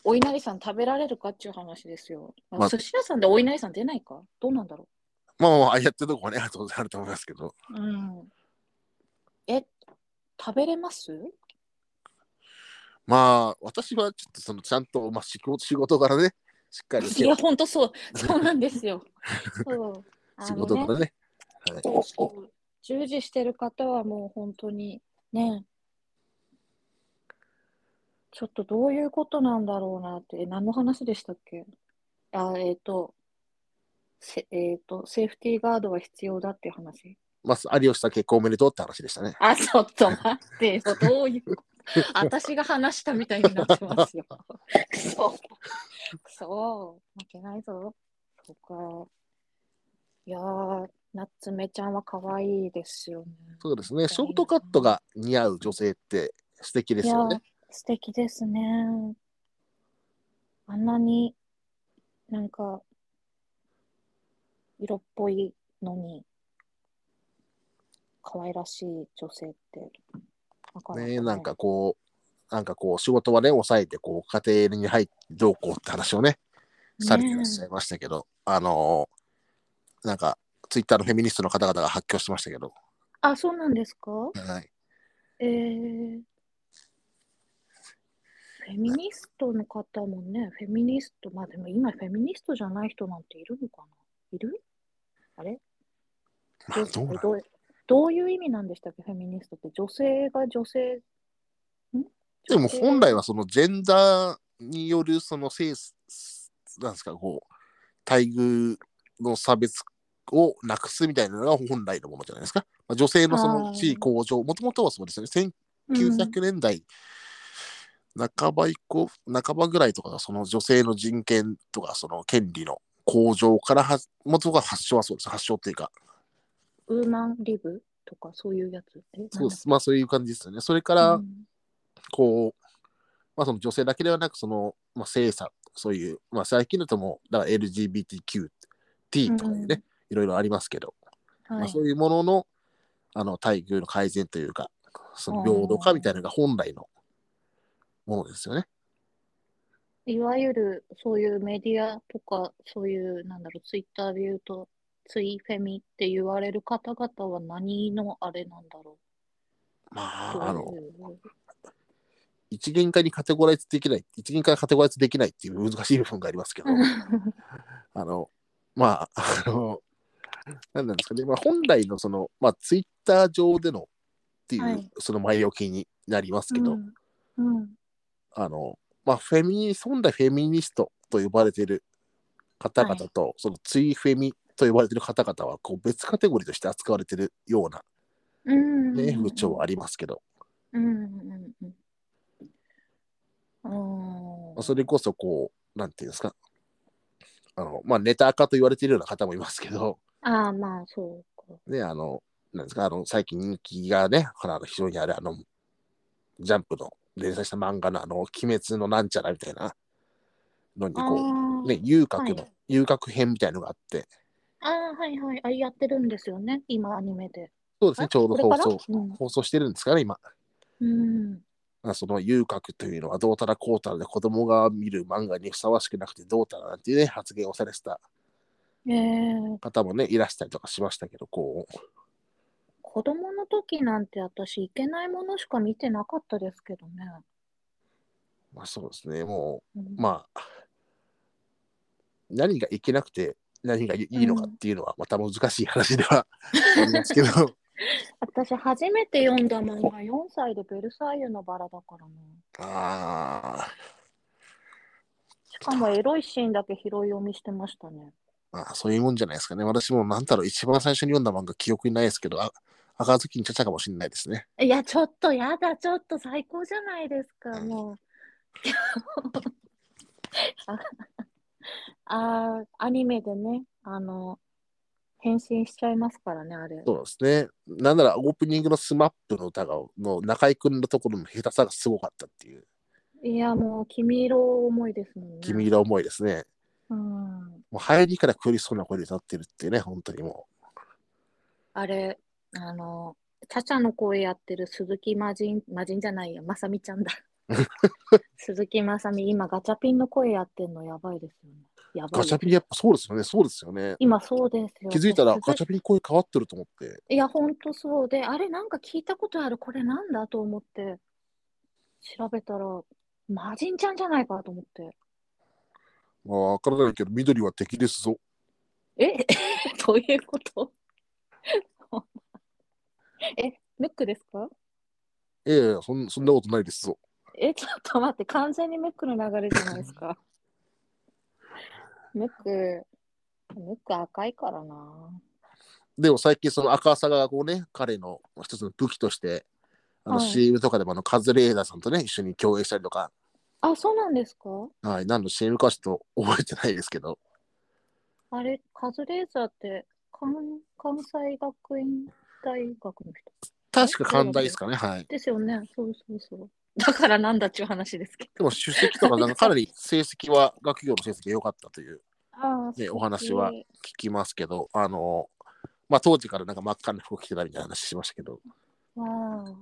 [SPEAKER 1] お稲荷さん食べられるかっていう話ですよ。あ
[SPEAKER 2] まあ
[SPEAKER 1] 寿司屋さんでお稲荷さん出ないかどうなんだろ
[SPEAKER 2] まあまあまあ、やってるとこはね、あるとあると思いますけど。
[SPEAKER 1] う。うん。え、食べれます
[SPEAKER 2] まあ、私はちょっと、その、ちゃんと、まあ、仕事、仕事からね、しっかり
[SPEAKER 1] いや、ほんとそう、そうなんですよ。そう。あ
[SPEAKER 2] 仕
[SPEAKER 1] の
[SPEAKER 2] 事
[SPEAKER 1] ね
[SPEAKER 2] からね。
[SPEAKER 1] そうそう従事してる方はもう本当にねちょっとどういうことなんだろうなってえ何の話でしたっけあえっ、とせえっ、とセーフティーガードは必要だっていう話
[SPEAKER 2] まあ、有吉さん結婚おめでとうって話でしたね。
[SPEAKER 1] あちょっと待ってよどういう私が話したみたいになってますよくそくそ負けないぞそうかいやー夏目ちゃんは可愛いですよね
[SPEAKER 2] そうですね。ショートカットが似合う女性って素敵ですよ
[SPEAKER 1] いや
[SPEAKER 2] ね。
[SPEAKER 1] 素敵ですね。あんなになんか色っぽいのに可愛らしい女性ってなか
[SPEAKER 2] ねなんかこう、なんかこう、仕事はね、抑えて、こう、家庭に入ってどうこうって話をね、されていらっしゃいましたけど、あのーなんか、ツイッターのフェミニストの方々が発狂してましたけど、
[SPEAKER 1] あそうなんですか
[SPEAKER 2] はい、
[SPEAKER 1] えー、フフェミニストの方もね、フェミニスト、まあでも今フェミニストじゃない人なんているのかないるあれ
[SPEAKER 2] ま
[SPEAKER 1] ど
[SPEAKER 2] あ
[SPEAKER 1] う
[SPEAKER 2] どうなの
[SPEAKER 1] どうどういう意味なんでしたっけ、フェミニストって。女性が女性。ん
[SPEAKER 2] でも本来はそのジェンダーによるその性、なんですか、こう、待遇の差別をなくすみたいなのが本来のものじゃないですか。まあ、女性のそ
[SPEAKER 1] あー
[SPEAKER 2] の地位向上、もともとはそうですよね。1900年代半ば以降、半ばぐらいとかがその女性の人権とかその権利の向上からは、もともとは発祥はそうです。発祥っていうか、
[SPEAKER 1] ウーマンリブとかそういうやつ。え
[SPEAKER 2] そうで。
[SPEAKER 1] なんだっ
[SPEAKER 2] す。まあそういう感じですよね。それか
[SPEAKER 1] け
[SPEAKER 2] ら、
[SPEAKER 1] うん
[SPEAKER 2] こう、まあ、その女性だけではなく、その、まあ、性差、そういう、まあ、最近だともう、だから LGBTQ、T とかいうね、
[SPEAKER 1] うん
[SPEAKER 2] いろいろありますけど、ま
[SPEAKER 1] は
[SPEAKER 2] あ、
[SPEAKER 1] い
[SPEAKER 2] そういうものの、あの、待遇の改善というか、その平等化みたいなのが本来のものですよね。
[SPEAKER 1] いわゆるそういうメディアとか、そういう、なんだろう、ツイッターで言うと、ツイフェミって言われる方々は何のあれなんだろ
[SPEAKER 2] ま
[SPEAKER 1] う。
[SPEAKER 2] あ、あ
[SPEAKER 1] ど
[SPEAKER 2] の
[SPEAKER 1] う、いう
[SPEAKER 2] 一元化にカテゴライズできない、一元化にカテゴライズできないっていう難しい部分がありますけど、あの、まあ、あの、なんなんですかね、まあ、本来のその、まあ、ツイッター上でのっていう、
[SPEAKER 1] はい
[SPEAKER 2] その前置きになりますけど、
[SPEAKER 1] うんうん
[SPEAKER 2] あの、まあ、フェミニスト、本来フェミニストと呼ばれてる方々と、そのツイフェミと呼ばれてる方々は、こう、別カテゴリーとして扱われてるような
[SPEAKER 1] うん
[SPEAKER 2] ね、風潮はありますけど、
[SPEAKER 1] うんうんうんうん。
[SPEAKER 2] まあそれこそ、こう、なんていうんですか、あの、まあ、ネタ化と言われてるような方もいますけど、
[SPEAKER 1] ああ、まあ、そうか。
[SPEAKER 2] ね、あの、なんですか、あの、最近人気がね、あの非常にあれ、あの、ジャンプの連載した漫画の、あの、鬼滅のなんちゃらみたいなのに、こ
[SPEAKER 1] あ
[SPEAKER 2] う、
[SPEAKER 1] あ、
[SPEAKER 2] ね、遊郭の、
[SPEAKER 1] はい
[SPEAKER 2] 遊郭編みたいのがあって、
[SPEAKER 1] ああ、はいはい。あれやってるんですよね、今、アニメで。
[SPEAKER 2] そうです
[SPEAKER 1] あ
[SPEAKER 2] ね、ちょうど
[SPEAKER 1] これか
[SPEAKER 2] 放
[SPEAKER 1] ら
[SPEAKER 2] 送、
[SPEAKER 1] うん
[SPEAKER 2] 放送してるんですかね、今。
[SPEAKER 1] うん。
[SPEAKER 2] まあその遊郭というのはどうたらこうたらで子供が見る漫画にふさわしくなくてどうたらなんていうね発言をされてた
[SPEAKER 1] ええ
[SPEAKER 2] 方もねいらしたりとかしましたけどこう
[SPEAKER 1] 子供の時なんて私、いけないものしか見てなかったですけどね。
[SPEAKER 2] まあそうですねもう
[SPEAKER 1] うん
[SPEAKER 2] まあ、何がいけなくて何がいいのかっていうのはまた難しい話ではありますけど、
[SPEAKER 1] 私、初めて読んだ漫画、4歳でベルサイユのバラだからね。
[SPEAKER 2] あ
[SPEAKER 1] しかも、エロいシーンだけ拾い読みしてましたね。
[SPEAKER 2] ーまあ、そういうもんじゃないですかね。私もなんだろう、一番最初に読んだ漫画記憶にないですけど、あ赤ずきんちゃちゃかもしれないですね。
[SPEAKER 1] いや、ちょっとやだ、ちょっと最高じゃないですか、
[SPEAKER 2] うん
[SPEAKER 1] もう。 ああ、アニメでね、あの、変身しちゃいますからね、あれ。
[SPEAKER 2] そうですね。なんならオープニングのスマップの歌がの中居君のところの下手さがすごかったっていう、
[SPEAKER 1] いや、もう、君色思いですもんね。
[SPEAKER 2] 君色思いですね。
[SPEAKER 1] うん。
[SPEAKER 2] もう入りから苦しそうな声で歌ってるっていうね、本当にも
[SPEAKER 1] あれ、あの、チャチャの声やってる鈴木まじん、まじんじゃないや、まさみちゃ んだ。鈴木まさみ、今、ガチャピンの声やってんのやばいですよね。や
[SPEAKER 2] う。
[SPEAKER 1] ばい
[SPEAKER 2] ガ
[SPEAKER 1] よ。
[SPEAKER 2] チャピンやっぱそうですよね、そうですよね。
[SPEAKER 1] 今、そうですよ。
[SPEAKER 2] 気づいたら
[SPEAKER 1] 鈴
[SPEAKER 2] ガチャピン声変わってると思って。
[SPEAKER 1] いや、ほんとそうで、あれ、なんか聞いたことある、これなんだと思って、調べたら、マジンちゃんじゃないかと思って。
[SPEAKER 2] まあ、わからないけど、緑は敵ですぞ。
[SPEAKER 1] え どういうこと え、ムックですか
[SPEAKER 2] ええそん、そんなことないですぞ。
[SPEAKER 1] え、ちょっと待って、完全にムックの流れじゃないですか。ムック、ムック赤いからな。
[SPEAKER 2] でも最近、その赤さがこうね、彼の一つの武器として、あの
[SPEAKER 1] はい
[SPEAKER 2] CM とかでもあのカズレーザーさんとね、一緒に共演したりとか、
[SPEAKER 1] あ、そうなんですか
[SPEAKER 2] はい、何の CM かちょっと覚えてないですけど、
[SPEAKER 1] あれ、カズレーザーって、関関西学院大学の人
[SPEAKER 2] 確か寛大ですかね、はい。
[SPEAKER 1] ですよね。そうそうそう。だからなんだっちゅう話ですけど。
[SPEAKER 2] でも、出席とか、なんかかなり成績は、学業の成績が良かったという
[SPEAKER 1] ああ
[SPEAKER 2] ねお話は聞きますけど、あの、まあ、当時からなんか真っ赤な服着てたみたいな話しましたけど、
[SPEAKER 1] わあ。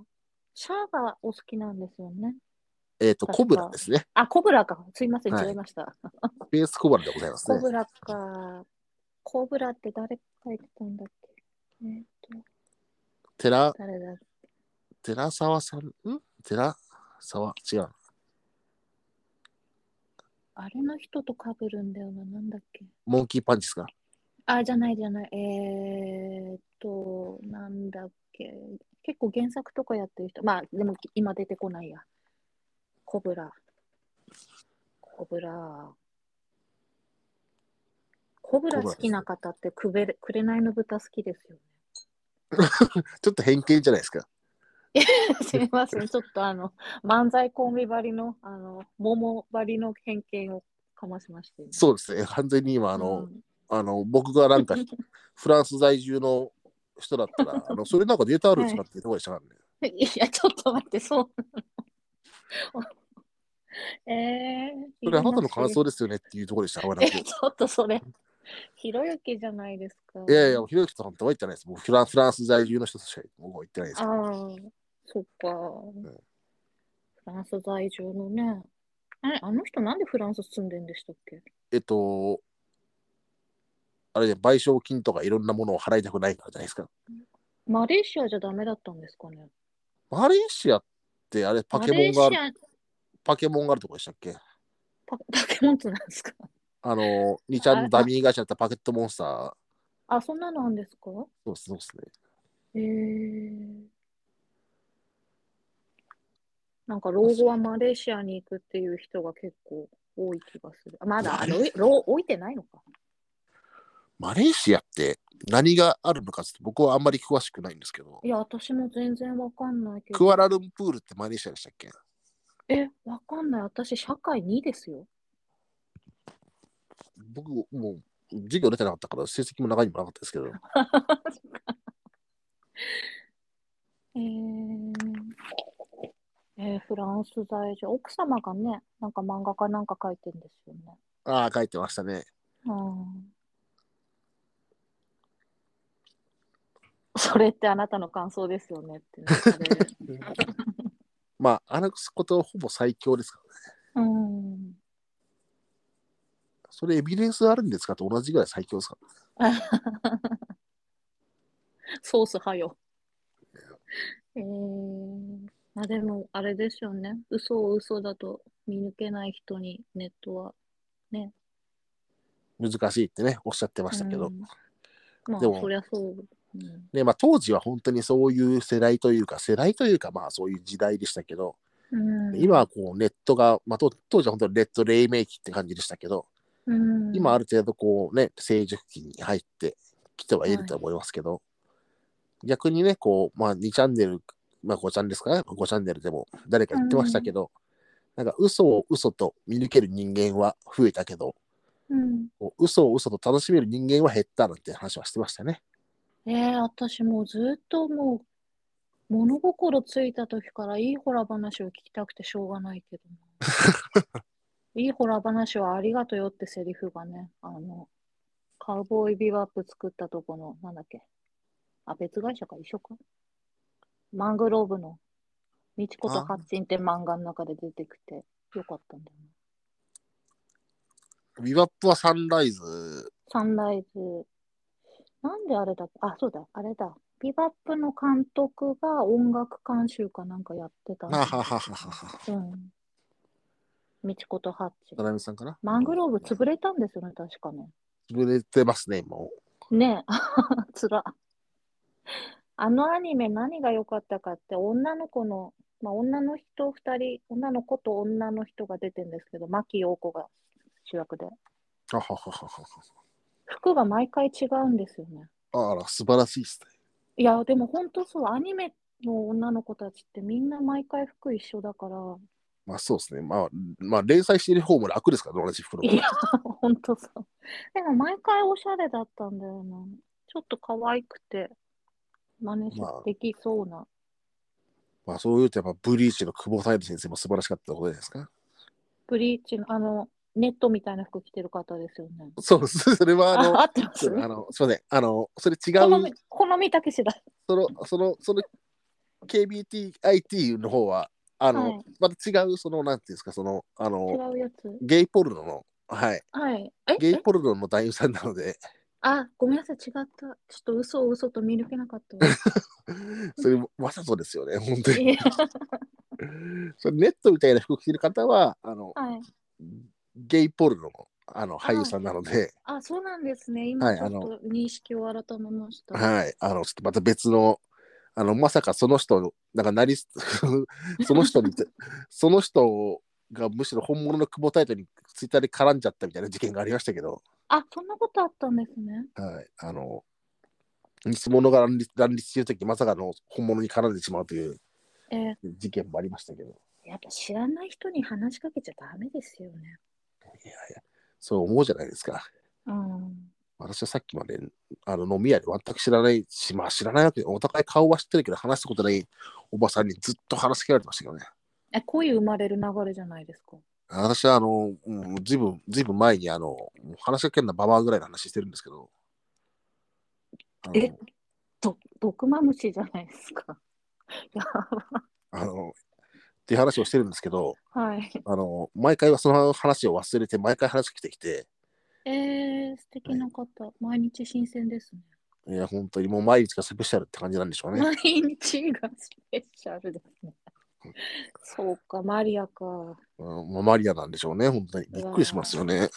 [SPEAKER 1] シャアがお好きなんですよね。
[SPEAKER 2] えっ、と、コブラですね。
[SPEAKER 1] あ、コブラか。すいません、
[SPEAKER 2] はい
[SPEAKER 1] 違いました。
[SPEAKER 2] ベースコブラでございます
[SPEAKER 1] コ
[SPEAKER 2] ね。
[SPEAKER 1] ブラか。コブラって誰書いてたんだっけえっと、
[SPEAKER 2] テラ、
[SPEAKER 1] 誰だ
[SPEAKER 2] 寺沢さん、ん寺沢、違う。
[SPEAKER 1] あれの人と被るんだよな、なんだっけ。
[SPEAKER 2] モンキーパンチですか
[SPEAKER 1] あ、じゃないじゃない。えー、っと、なんだっけ。結構原作とかやってる人。まあ、でも今出てこないや。コブラ。コブラ。コブラ好きな方ってくべれ、紅の豚好きですよね。
[SPEAKER 2] ちょっと偏見じゃないですか。
[SPEAKER 1] すみません、ちょっとあの、漫才コンビばりの、あの、桃ばりの偏見をかましまして、
[SPEAKER 2] そうですね。完全に今、あ
[SPEAKER 1] う
[SPEAKER 2] の、
[SPEAKER 1] ん
[SPEAKER 2] あの僕がなんかフランス在住の人だった ら、あのそれなんかデータあるんじゃなくてどうでしたかね。
[SPEAKER 1] いや、ちょっと待って、そうなの。 えー、
[SPEAKER 2] それあなたの感想
[SPEAKER 1] で
[SPEAKER 2] ですよねっていうところでした。合わな
[SPEAKER 1] え、
[SPEAKER 2] くて
[SPEAKER 1] ちょっとそれ、ひろゆきじゃないですか。
[SPEAKER 2] いやいや、ひろゆきさんとは言ってないです。僕フランフランス在住の人としか僕は言ってないです
[SPEAKER 1] あ
[SPEAKER 2] け
[SPEAKER 1] あ
[SPEAKER 2] ど。、
[SPEAKER 1] そっか。フランス在住のね。あれ、あの人なんでフランス住んでんでしたっけ
[SPEAKER 2] えっと、あれで賠償金とかいろんなものを払いたくないからじゃないですか。
[SPEAKER 1] マレーシアじゃダメだったんですかね
[SPEAKER 2] マレーシアってあれパケモンがあ
[SPEAKER 1] マレ
[SPEAKER 2] る
[SPEAKER 1] ーシア
[SPEAKER 2] パケモンがあるとこでしたっけ
[SPEAKER 1] パパケモンってなんですか
[SPEAKER 2] あの、2ちゃんのダミー会社だったパケットモンスター。
[SPEAKER 1] あ、そんなのあんですか
[SPEAKER 2] そうですそうですね。
[SPEAKER 1] へえ。なんか老後はマレーシアに行くっていう人が結構多い気がする。あまだ
[SPEAKER 2] マレ
[SPEAKER 1] 老い老老いてないのか。
[SPEAKER 2] マレーシアって何があるのかちょっと僕はあんまり詳しくないんですけど、
[SPEAKER 1] いや、私も全然わかんないけ
[SPEAKER 2] ク
[SPEAKER 1] ど。
[SPEAKER 2] アラルンプールってマレーシアでしたっけ
[SPEAKER 1] え、わかんない。私、社会2ですよ。
[SPEAKER 2] 僕、もう授業出てなかったから成績も長いもなかったですけど、
[SPEAKER 1] えーえーフランス在住。奥様がね、なんか漫画かなんか書いてんですよね。
[SPEAKER 2] ああ、書いてましたね。
[SPEAKER 1] うん。 それってあなたの感想ですよねって、ね。あれ
[SPEAKER 2] まあ、あのことはほぼ最強ですからね。
[SPEAKER 1] うん。
[SPEAKER 2] それエビデンスあるんですかと同じぐらい最強ですからね。
[SPEAKER 1] ソースはよ。えー、まあでも、あれですよね。嘘を嘘だと見抜けない人にネットは。
[SPEAKER 2] 難しいってね、おっしゃってましたけど、
[SPEAKER 1] うんまあ、
[SPEAKER 2] でも
[SPEAKER 1] そりゃそう。うん
[SPEAKER 2] ねまあ、当時は本当にそういう世代というか、世代というか、まあそういう時代でしたけど、
[SPEAKER 1] うん、
[SPEAKER 2] 今はこうネットが、まあ、と当時は本当にネット黎明期って感じでしたけど、
[SPEAKER 1] うん、
[SPEAKER 2] 今ある程度こうね成熟期に入ってきてはいると思いますけど、逆にねこう、まあ、2チャンネル、まあ、5チャンネルですかね5チャンネルでも誰か言ってましたけど、なんか嘘を嘘と見抜ける人間は増えたけど
[SPEAKER 1] うん、
[SPEAKER 2] こう嘘を嘘と楽しめる人間は減ったなんて話はしてましたね。
[SPEAKER 1] えー、私もうずっともう物心ついた時からいいホラ話を聞きたくてしょうがないけどないいホラ話はありがとよってセリフがね、あの、カウボーイビバップ作ったとこの、なんだっけ、あ、別会社か、一緒か。マングローブの、みちことハッチンって漫画の中で出てきて、よかったんだよね。
[SPEAKER 2] ビバップはサンライズ
[SPEAKER 1] サンライズ。なんであれだっけあ、そうだ、あれだ。ビバップの監督が音楽監修かなんかやってたんだ
[SPEAKER 2] あはははは
[SPEAKER 1] うん。みちことハッチ
[SPEAKER 2] 渡。辺さんかな
[SPEAKER 1] マングローブ潰れたんですよね、確かね。
[SPEAKER 2] 潰れてますね今も
[SPEAKER 1] ね え、つら。あのアニメ何が良かったかって、女の子の、まあ、女の人二人、女の子と女の人が出てるんですけど、牧陽子が主役で。
[SPEAKER 2] あはははは
[SPEAKER 1] 服が毎回違うんですよね。
[SPEAKER 2] はあら素晴らしいですね。
[SPEAKER 1] いや、でも本当そう、アニメの女の子たちってみんな毎回服一緒だから、
[SPEAKER 2] まあそうですね。まあ、まあ、連載している方も楽ですから、同じ袋。
[SPEAKER 1] いや、本当そう。でも毎回おしゃれだったんだよな。ちょっと可愛くて、真似し
[SPEAKER 2] まあ
[SPEAKER 1] できそうな。
[SPEAKER 2] まあそういうと、やっぱブリーチの久保太陽先生も素晴らしかったことじゃないですか。
[SPEAKER 1] ブリーチの、あの、ネットみたいな服着てる方ですよね。
[SPEAKER 2] そうです。 それはあ
[SPEAKER 1] あ、
[SPEAKER 2] の、
[SPEAKER 1] 合ってます
[SPEAKER 2] それあのすみません。あの、それ違
[SPEAKER 1] 好
[SPEAKER 2] う
[SPEAKER 1] み、、好みたけしだ。
[SPEAKER 2] その、その、その、KBTIT の方は、あの、
[SPEAKER 1] はい
[SPEAKER 2] また違う、その、なんていうんですか、その、あ
[SPEAKER 1] 違
[SPEAKER 2] の、
[SPEAKER 1] うやつ。
[SPEAKER 2] ゲイポルノの、はい、
[SPEAKER 1] はい。え
[SPEAKER 2] ゲイ
[SPEAKER 1] え
[SPEAKER 2] ポルノの男優さんなので、
[SPEAKER 1] あ、ごめんなさい、違った。ちょっと嘘を嘘と見抜けなかった わ。
[SPEAKER 2] それも、わざとですよね、本当
[SPEAKER 1] い
[SPEAKER 2] に。
[SPEAKER 1] や
[SPEAKER 2] それネットみたいな服着てる方は、あの、
[SPEAKER 1] はい。
[SPEAKER 2] ゲイポルノのあの俳優さんなので、
[SPEAKER 1] あ、そうなんですね。今
[SPEAKER 2] はい
[SPEAKER 1] ちょっと認識を改めました。
[SPEAKER 2] はい、あの、ちょっとまた別の、あの、まさかその人の、なんかなりす、 その人に て、その人がむしろ本物の久保タイトにツイッターで絡んじゃったみたいな事件がありましたけど、
[SPEAKER 1] あ、そんなことあったんですね。
[SPEAKER 2] はい、あの、偽物が乱立乱立してるとき、まさかの本物に絡んでしまうという
[SPEAKER 1] えー
[SPEAKER 2] 事件もありましたけど、い
[SPEAKER 1] やっぱ知らない人に話しかけちゃダメですよね。
[SPEAKER 2] やいや、そう思うじゃないですか。
[SPEAKER 1] うん。
[SPEAKER 2] 私はさっきまであの飲み屋で全く知らないし、まあ知らないわけで、お互い顔は知ってるけど、話したことないおばさんにずっと話しかけられてましたけどね。
[SPEAKER 1] え、恋生まれる流れじゃないですか。
[SPEAKER 2] 私はあの、うん、ずいぶん、ずいぶん前にあの、もう話しかけんなババアぐらいの話してるんですけど。あの
[SPEAKER 1] えど、毒マムシじゃないですか。 いや
[SPEAKER 2] あの、っていう話をしてるんですけど、
[SPEAKER 1] はい。
[SPEAKER 2] あの、毎回はその話を忘れて、毎回話が来てきて、
[SPEAKER 1] えー、素敵な方、毎日新鮮ですね。
[SPEAKER 2] いや、本当にもう毎日がスペシャルって感じなんでしょう ね。
[SPEAKER 1] 毎日がスペシャルですね。そうか、マリアか。
[SPEAKER 2] うんまあ、マリアなんでしょうね、本当に。びっくりしますよね。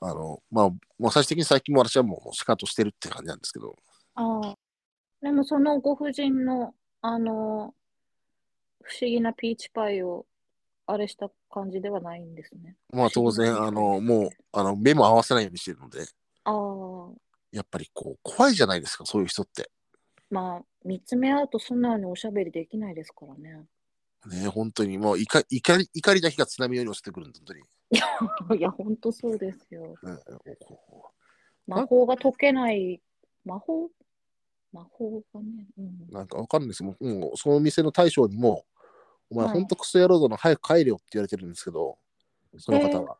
[SPEAKER 2] あの、まあ、まあ、最終的に最近も私はもう、シカトしてるって感じなんですけど、
[SPEAKER 1] ああ。でもそのご婦人の、あの、不思議なピーチパイを、あれした感じではないんですね。
[SPEAKER 2] まあ、当然、あの、もう、あの、目も合わせないようにしてるので、
[SPEAKER 1] ああ、
[SPEAKER 2] やっぱりこう、怖いじゃないですか、そういう人って。
[SPEAKER 1] まあ、見つめ合うとそんなにおしゃべりできないですからね。
[SPEAKER 2] ね、本当に、もう怒り、怒り、怒りだけが津波より落ちてくるんで、本当に。
[SPEAKER 1] いや、ほんとそうですよ。
[SPEAKER 2] うんこ
[SPEAKER 1] 魔法が解けない、魔法魔法がね、うん
[SPEAKER 2] う。なんかわかんないですもう、もうその店の大将にも、お前、
[SPEAKER 1] はい
[SPEAKER 2] ほんとクソ野郎だの、早く帰れよって言われてるんですけど、その方は。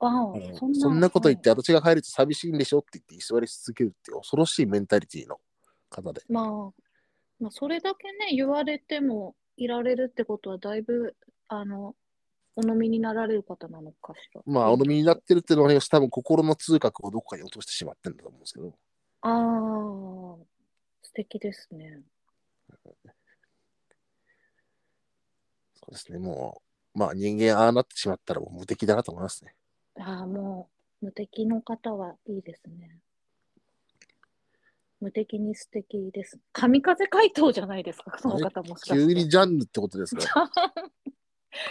[SPEAKER 1] あ
[SPEAKER 2] う
[SPEAKER 1] あ、
[SPEAKER 2] んそんなこと言って、私が帰ると寂しいんでしょって言って居座り続けるっていう恐ろしいメンタリティの方で。
[SPEAKER 1] まあ、まあ、それだけね、言われてもいられるってことは、だいぶ、あの、お飲みになられる方なのかしら。
[SPEAKER 2] まあ、お飲みになってるっていうのは、多分心の通覚をどこかに落としてしまってるんだと思うんですけど、
[SPEAKER 1] ああ、素敵ですね。
[SPEAKER 2] そうですね、もう、まあ人間ああなってしまったらもう無敵だなと思いますね。
[SPEAKER 1] ああ、もう、無敵の方はいいですね。無敵に素敵です。神風怪盗じゃないですか、その方もしか
[SPEAKER 2] 急
[SPEAKER 1] して
[SPEAKER 2] にジャンルってことですか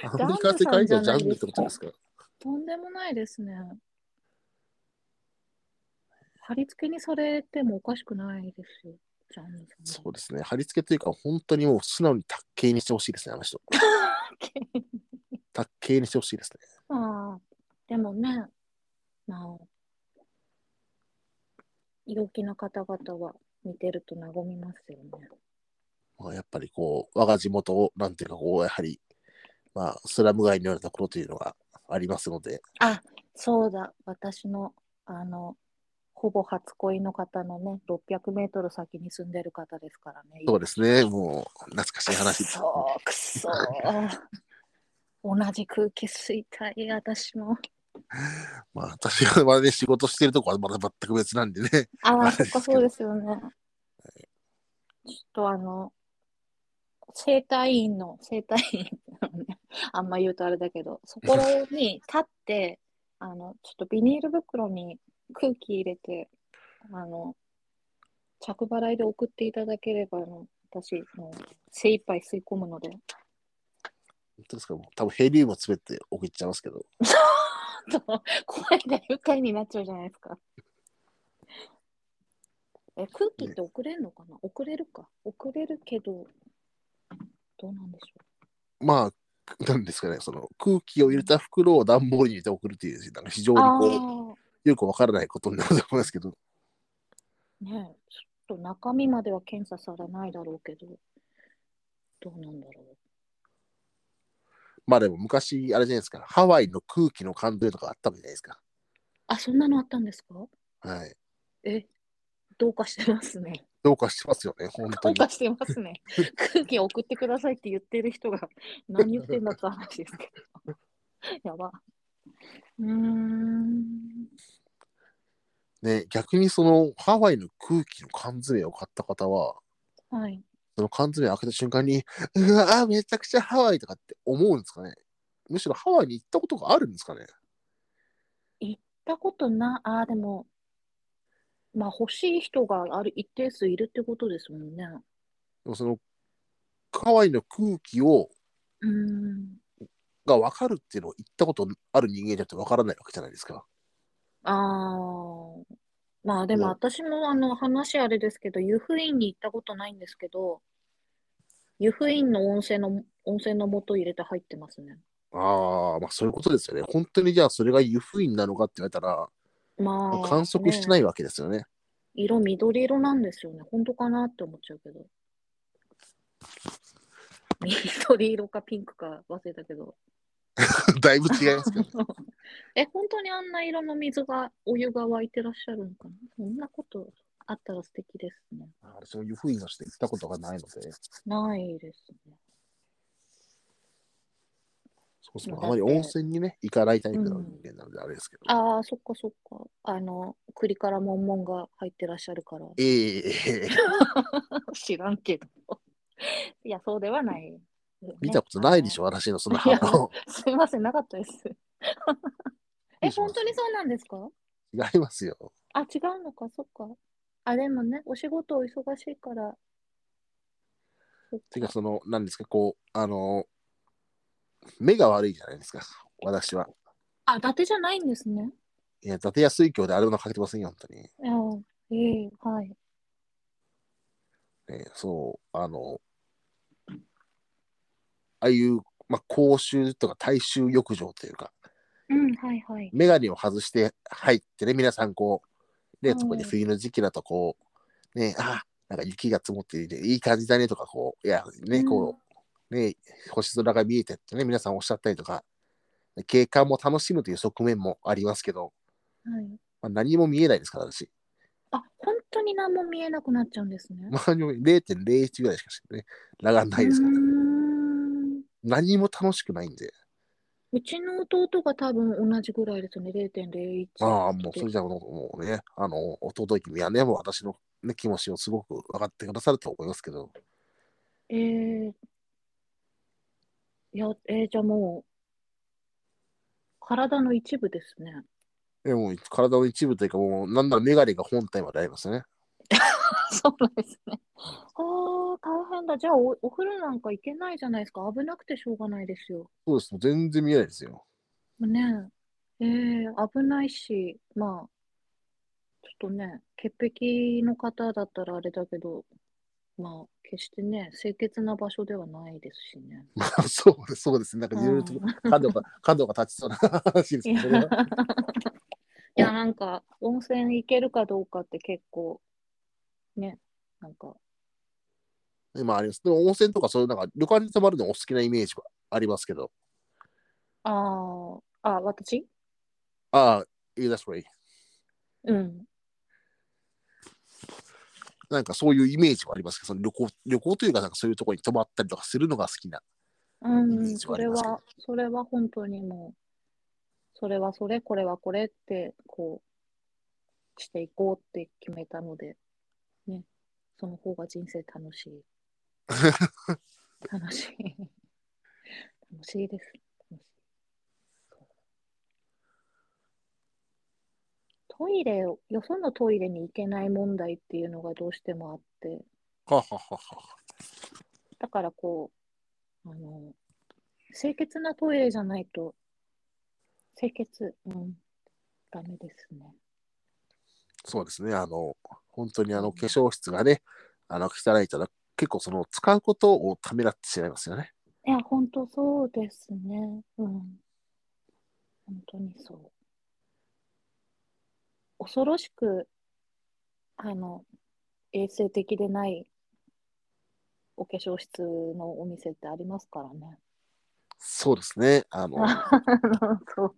[SPEAKER 2] ら。アメリカ世界ではジャンルってことですから。
[SPEAKER 1] とんでもないですね。貼り付けにされてもおかしくないですよ。ジャニーさん
[SPEAKER 2] そうですね、貼り付けというか、本当にもう素直に卓形にしてほしいですね、あの人。 卓形にしてほしいですね。
[SPEAKER 1] まあ、でもね、まあ、陽気な方々は見てると和みますよね。
[SPEAKER 2] まあ、やっぱりこう、我が地元を、なんていうか、こう、やはり、まあ、スラム街のようなところというのがありますので、
[SPEAKER 1] あ、そうだ、私の、あの、ほぼ初恋の方のね、600メートル先に住んでる方ですからね。
[SPEAKER 2] そうですね、もう、懐かしい話です。
[SPEAKER 1] そう、くそー。同じ空気吸いたい、私も。
[SPEAKER 2] まあ、私はまだね、仕事してるとこはまだ全く別なんでね、
[SPEAKER 1] あ
[SPEAKER 2] あ
[SPEAKER 1] あ、
[SPEAKER 2] れ
[SPEAKER 1] そ
[SPEAKER 2] で
[SPEAKER 1] っ
[SPEAKER 2] すけ
[SPEAKER 1] か、
[SPEAKER 2] ど
[SPEAKER 1] そうですよね。ちょっとあの、整体院の、整体院なのね、 あんま言うとあれだけど、そこに立って、あの、ちょっとビニール袋に空気入れて、あの、着払いで送っていただければ、あの、私、もう精一杯吸い込むので、
[SPEAKER 2] 本当ですか、もう多分ヘリウムを詰めて送っちゃいますけど、
[SPEAKER 1] ちょっと 声が愉快になっちゃうじゃないですか。え、空気って送れるのかな送れるか。送れるけど、どうなんでしょ
[SPEAKER 2] まあ、なんですかね、その空気を入れた袋を段ボールに入れて送るという、なんか非常
[SPEAKER 1] う。
[SPEAKER 2] に
[SPEAKER 1] あ
[SPEAKER 2] こう、よくわからないことになると思いますけど、
[SPEAKER 1] あ、ねえちょっと中身までは検査されないだろうけど、どうなんだろう。
[SPEAKER 2] まあでも昔、あれじゃないですか、ハワイの空気の感動とかあったんじゃないですか。
[SPEAKER 1] あ、そんなのあったんですか
[SPEAKER 2] はい。
[SPEAKER 1] え、どうかしてますね。
[SPEAKER 2] どうかしてますよね、本当
[SPEAKER 1] どう
[SPEAKER 2] に。
[SPEAKER 1] かしてます ね。空気送ってくださいって言ってる人が何言ってんだって話ですけ ど。やば。うーん。
[SPEAKER 2] ね、逆にそのハワイの空気の缶詰を買った方は、
[SPEAKER 1] はい。
[SPEAKER 2] その缶詰を開けた瞬間に、うわあ、めちゃくちゃハワイとかって思うんですかね。むしろハワイに行ったことがあるんですかね
[SPEAKER 1] たことな、ああ、でも、まあ欲しい人がある一定数いるってことですもんね。
[SPEAKER 2] でもその、ハワイの空気を、
[SPEAKER 1] うん。
[SPEAKER 2] が分かるっていうのを行ったことある人間じゃなくて分からないわけじゃないですか。
[SPEAKER 1] ああ。まあで
[SPEAKER 2] う
[SPEAKER 1] も
[SPEAKER 2] ん
[SPEAKER 1] 私もあの話あれですけど、湯布院に行ったことないんですけど、湯布院の温泉の、温泉の素入れて入ってますね。
[SPEAKER 2] ああ、まあそういうことですよね。本当にじゃあそれが湯布院なのかって言われたら、
[SPEAKER 1] まあ、。
[SPEAKER 2] 観測してないいわけですよね。
[SPEAKER 1] 色緑色なんですよね。本当かなって思っちゃうけど。 緑色かピンクか忘れたけど。
[SPEAKER 2] だいぶ違います けど。
[SPEAKER 1] え、本当にあんな色の水が、お湯が湧いてらっしゃるのかなそんなことあったら素敵ですね。
[SPEAKER 2] 私も湯布院として行ったことがないので、
[SPEAKER 1] ないですね。
[SPEAKER 2] そもそもあまり温泉にね、行かないタイプの人間なのであれですけど。
[SPEAKER 1] ああ、そっかそっか。あの、栗からもんもんが入ってらっしゃるから。
[SPEAKER 2] ええええええ
[SPEAKER 1] 知らんけど。いや、そうではない、
[SPEAKER 2] 見たことないでしょ、私のその
[SPEAKER 1] いや
[SPEAKER 2] 箱。
[SPEAKER 1] ょ。すいません、なかったです。え、本当にそうなんですか
[SPEAKER 2] 違いますよ。
[SPEAKER 1] あ、違うのか、そっか。あ、でもね、お仕事お忙しいから。そって
[SPEAKER 2] か、その、なんですか、こう、あの、目が悪いじゃないですか、私は。
[SPEAKER 1] あ、伊達じゃないんですね。
[SPEAKER 2] いや、伊達安水郷であれもかけてませんよ、本当に。
[SPEAKER 1] あーええはい。
[SPEAKER 2] ね、そう、あの、ああいう、まあ、口臭とか大衆浴場というか、
[SPEAKER 1] うん、はいはい。
[SPEAKER 2] メガネを外して入ってね、皆さんこう、ね、
[SPEAKER 1] うん
[SPEAKER 2] 特に冬の時期だとこう、ね、あ、なんか雪が積もっていて、いい感じだねとか、こう、いや、ね、こう、ね、星空が見えてってね、皆さんおっしゃったりとか、景観も楽しむという側面もありますけど、
[SPEAKER 1] はい。
[SPEAKER 2] まあ、何も見えないですから、私。
[SPEAKER 1] あ、本当に何も見えなくなっちゃうんですね。
[SPEAKER 2] まあ、0.01ぐらいしかね、ラがないですから、
[SPEAKER 1] うーん
[SPEAKER 2] 何も楽しくないんで、
[SPEAKER 1] うちの弟が多分同じぐらいですよね、0.01。
[SPEAKER 2] ああ、もうそれじゃあもう、もうね、あの、弟君はね、もう私の、ね、気持ちをすごく分かってくださると思いますけど、
[SPEAKER 1] えー、いや、えー、じゃあもう、体の一部ですね。
[SPEAKER 2] でもう体の一部というか、もう、なんならメガネが本体までありますね。
[SPEAKER 1] そうなんですね。ああ、大変だ。じゃあお、お風呂なんか行けないじゃないですか。危なくてしょうがないですよ。
[SPEAKER 2] そうです、もう全然見えないですよ。
[SPEAKER 1] ねえ、えー危ないし、まあ、ちょっとね、潔癖の方だったらあれだけど、まあ、決してね、清潔な場所ではないですしね。
[SPEAKER 2] まあ、そうです、そうですね。なんかいろいろと
[SPEAKER 1] うん
[SPEAKER 2] 角が、角が立ちそうな話です
[SPEAKER 1] い
[SPEAKER 2] けど、それ
[SPEAKER 1] や
[SPEAKER 2] は、
[SPEAKER 1] いや なんか、温泉行けるかどうかって結構、ね、なんか、
[SPEAKER 2] まあ、あります。でも温泉とか、そういう、なんか、旅館に泊まるのお好きなイメージはありますけど、
[SPEAKER 1] あーあ、私
[SPEAKER 2] ああ、言い出した方がいい。
[SPEAKER 1] うん。
[SPEAKER 2] なんかそういうイメージはありますけど、その旅行、旅行というか、なんかそういうところに泊まったりとかするのが好きな。
[SPEAKER 1] う
[SPEAKER 2] イメー
[SPEAKER 1] ん、
[SPEAKER 2] ジは
[SPEAKER 1] そ
[SPEAKER 2] あり
[SPEAKER 1] れ
[SPEAKER 2] ますけど
[SPEAKER 1] は、それは本当にもう、それはそれ、これはこれって、こう、していこうって決めたので、ね、その方が人生楽しい。楽しい。楽しいです。楽しい。トイレを、よそのトイレに行けない問題っていうのがどうしてもあって、
[SPEAKER 2] はあはあはあはあ
[SPEAKER 1] だからこう、あの、清潔なトイレじゃないと、清潔、うん、ダメですね。
[SPEAKER 2] そうですね、あの、本当にあの化粧室がね、あの汚いたら、結構その使うことをためらってしまいますよね。
[SPEAKER 1] いや、本当そうですね。うん。本当にそう。恐ろしく、あの、衛生的でないお化粧室のお店ってありますからね。
[SPEAKER 2] そうですね、あの、
[SPEAKER 1] あのそう。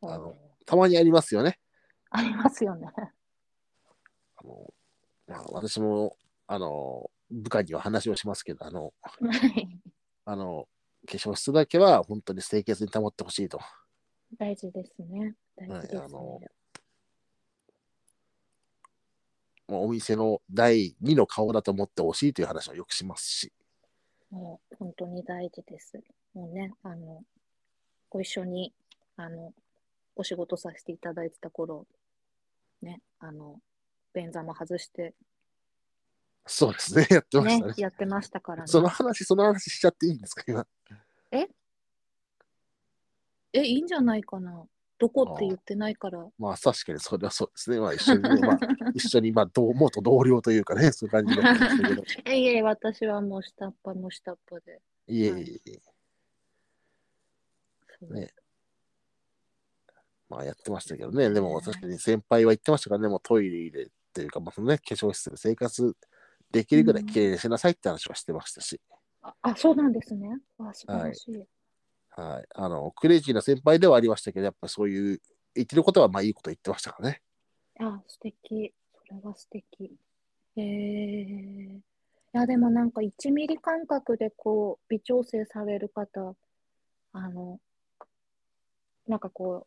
[SPEAKER 1] そう
[SPEAKER 2] あのたまにありますよね。
[SPEAKER 1] ありますよね。
[SPEAKER 2] あのまあ、私も、あの、部下には話をしますけど、あの、あの、化粧室だけは本当に清潔に保ってほしいと。
[SPEAKER 1] 大事ですね。大事ですね。
[SPEAKER 2] はいあのもうお店の第二の顔だと思ってほしいという話をよくしますし、
[SPEAKER 1] もう本当に大事です。もうね、あの、ご一緒に、あの、お仕事させていただいてた頃、ね、あの、便座も外して、
[SPEAKER 2] そうですね。やってまし
[SPEAKER 1] ね
[SPEAKER 2] たね。、
[SPEAKER 1] やってましたからね。
[SPEAKER 2] その話、その話しちゃっていいんですか、今。
[SPEAKER 1] え、いいんじゃないかな。どこって言ってないから。
[SPEAKER 2] まあ、確かにそれはそうですね。まあ、一緒に、まあ、一緒に、まあ、どう元同僚というかね、そういう感じだったん ですけど。
[SPEAKER 1] えいえ、私はもう下っ端も下っ端で。
[SPEAKER 2] いえいえいえ、
[SPEAKER 1] そう
[SPEAKER 2] ねまあ、やってましたけどね。でも、確かに先輩は言ってましたからね、もうトイレっていうか、まあ、そのね、化粧室で生活できるぐらい綺麗にしなさいって話はしてましたし、
[SPEAKER 1] ああ、そうなんですね。あ、素晴らしい。
[SPEAKER 2] はい。あの、クレイジーな先輩ではありましたけど、やっぱそういう、言ってることは、まあ、いいこと言ってましたからね。
[SPEAKER 1] あ、素敵。それは素敵。へえ。いや、でもなんか1ミリ間隔でこう、微調整される方、あの、なんかこう、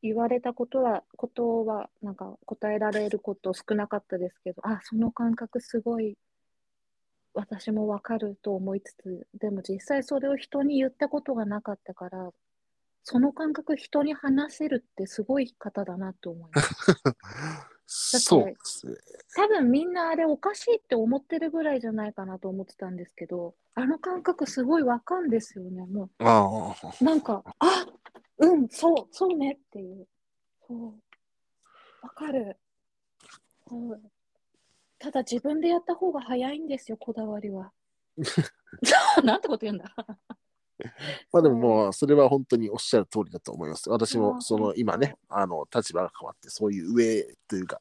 [SPEAKER 1] 言われたことは、ことは、なんか答えられること少なかったですけど、あ、その感覚すごい、私もわかると思いつつ、でも実際それを人に言ったことがなかったから、その感覚人に話せるってすごい方だなと思います。
[SPEAKER 2] そうですね。
[SPEAKER 1] 多分みんなあれおかしいって思ってるぐらいじゃないかなと思ってたんですけど、あの感覚すごいわかんですよね。も
[SPEAKER 2] ああ。
[SPEAKER 1] うなんか、あうん、そう、そうねっていう。そう。わかる。そうただ自分でやった方が早いんですよ、こだわり は。なんてこと言うんだ。
[SPEAKER 2] まあでももうそれは本当におっしゃる通りだと思います。私
[SPEAKER 1] あ
[SPEAKER 2] も
[SPEAKER 1] ー
[SPEAKER 2] その今ね、あの立場が変わって、そういう上というか、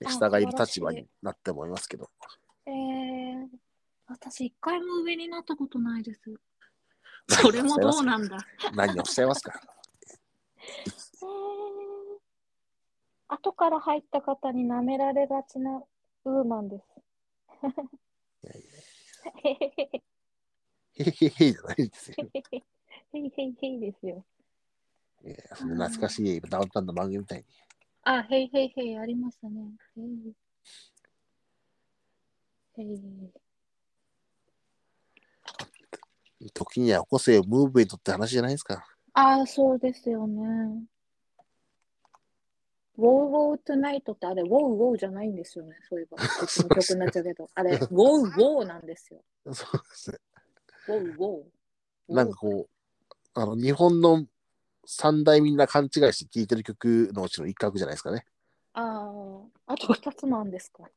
[SPEAKER 2] ね
[SPEAKER 1] あ
[SPEAKER 2] 下がいる立
[SPEAKER 1] 素晴
[SPEAKER 2] 場
[SPEAKER 1] らしい
[SPEAKER 2] になって思いますけど、
[SPEAKER 1] えー、私一回も上になったことないです。
[SPEAKER 2] それもどうなん
[SPEAKER 1] だ。
[SPEAKER 2] 何をおっしゃいますか
[SPEAKER 1] へー後から入った方に舐められがちなウーマンです。
[SPEAKER 2] いやい
[SPEAKER 1] へへへへ
[SPEAKER 2] へへへじゃないですよ。
[SPEAKER 1] へいへいへいですよ。
[SPEAKER 2] いやその懐かしいダウンタウンの番組みたいに。
[SPEAKER 1] あ、へいへいへいありましたね。へい。へい。
[SPEAKER 2] 時には個性をムーブメントって話じゃないですか。
[SPEAKER 1] ああ、そうですよね。ウォーウォートゥナイトってあれ、ウォーウォーじゃないんですよね。そうい えば、こっちの曲になっちゃうけど、あれ、ウォーウォーなんですよ。
[SPEAKER 2] そうですね。
[SPEAKER 1] ウォーウォー。
[SPEAKER 2] なんかこう、あの日本の三大みんな勘違いして聴いてる曲のうちの一角じゃないですかね。
[SPEAKER 1] ああ、あと二つなんですか。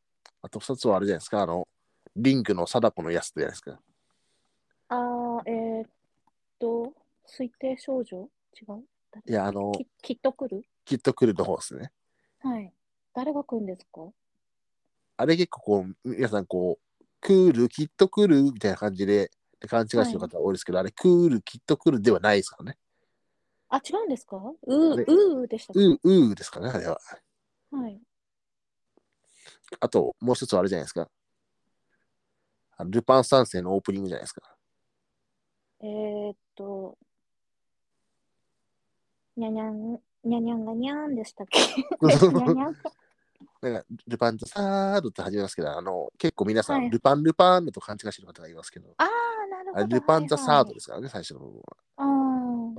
[SPEAKER 2] あと二つはあれじゃないですか、あの、リングの貞子のやつじゃないですか。
[SPEAKER 1] ああ、えーっと、推定症状違う
[SPEAKER 2] いや、あの、
[SPEAKER 1] ききっと来る
[SPEAKER 2] きっと来るの方ですね。
[SPEAKER 1] はい。誰が来るんですか
[SPEAKER 2] あれ結構こう、皆さんこう、クール、きっと来るみたいな感じで勘違いしてる方が多いですけど、あれ、クール、きっと来るではないですからね。
[SPEAKER 1] あ、違うんですかう
[SPEAKER 2] あ
[SPEAKER 1] ー
[SPEAKER 2] れ、
[SPEAKER 1] うーでしたっ
[SPEAKER 2] う、うーですからね、あれは。
[SPEAKER 1] けはい。
[SPEAKER 2] あと、もう一つはあれじゃないですか。あのルパン三世のオープニングじゃないですか。
[SPEAKER 1] えーっと、にゃにゃん、にゃにゃんがにゃーんでしたっ けにゃにゃん
[SPEAKER 2] なんか、 ルパンとサードって始めますけど、あの、結構皆さん、
[SPEAKER 1] はい
[SPEAKER 2] ルパン、ルパンのと勘違いしてる方がいますけど、
[SPEAKER 1] ああ、なる
[SPEAKER 2] あれ
[SPEAKER 1] ほど。
[SPEAKER 2] ルパン・ザ・
[SPEAKER 1] は
[SPEAKER 2] サー
[SPEAKER 1] いは
[SPEAKER 2] ド
[SPEAKER 1] い
[SPEAKER 2] ですからね、最初の部分は。
[SPEAKER 1] あー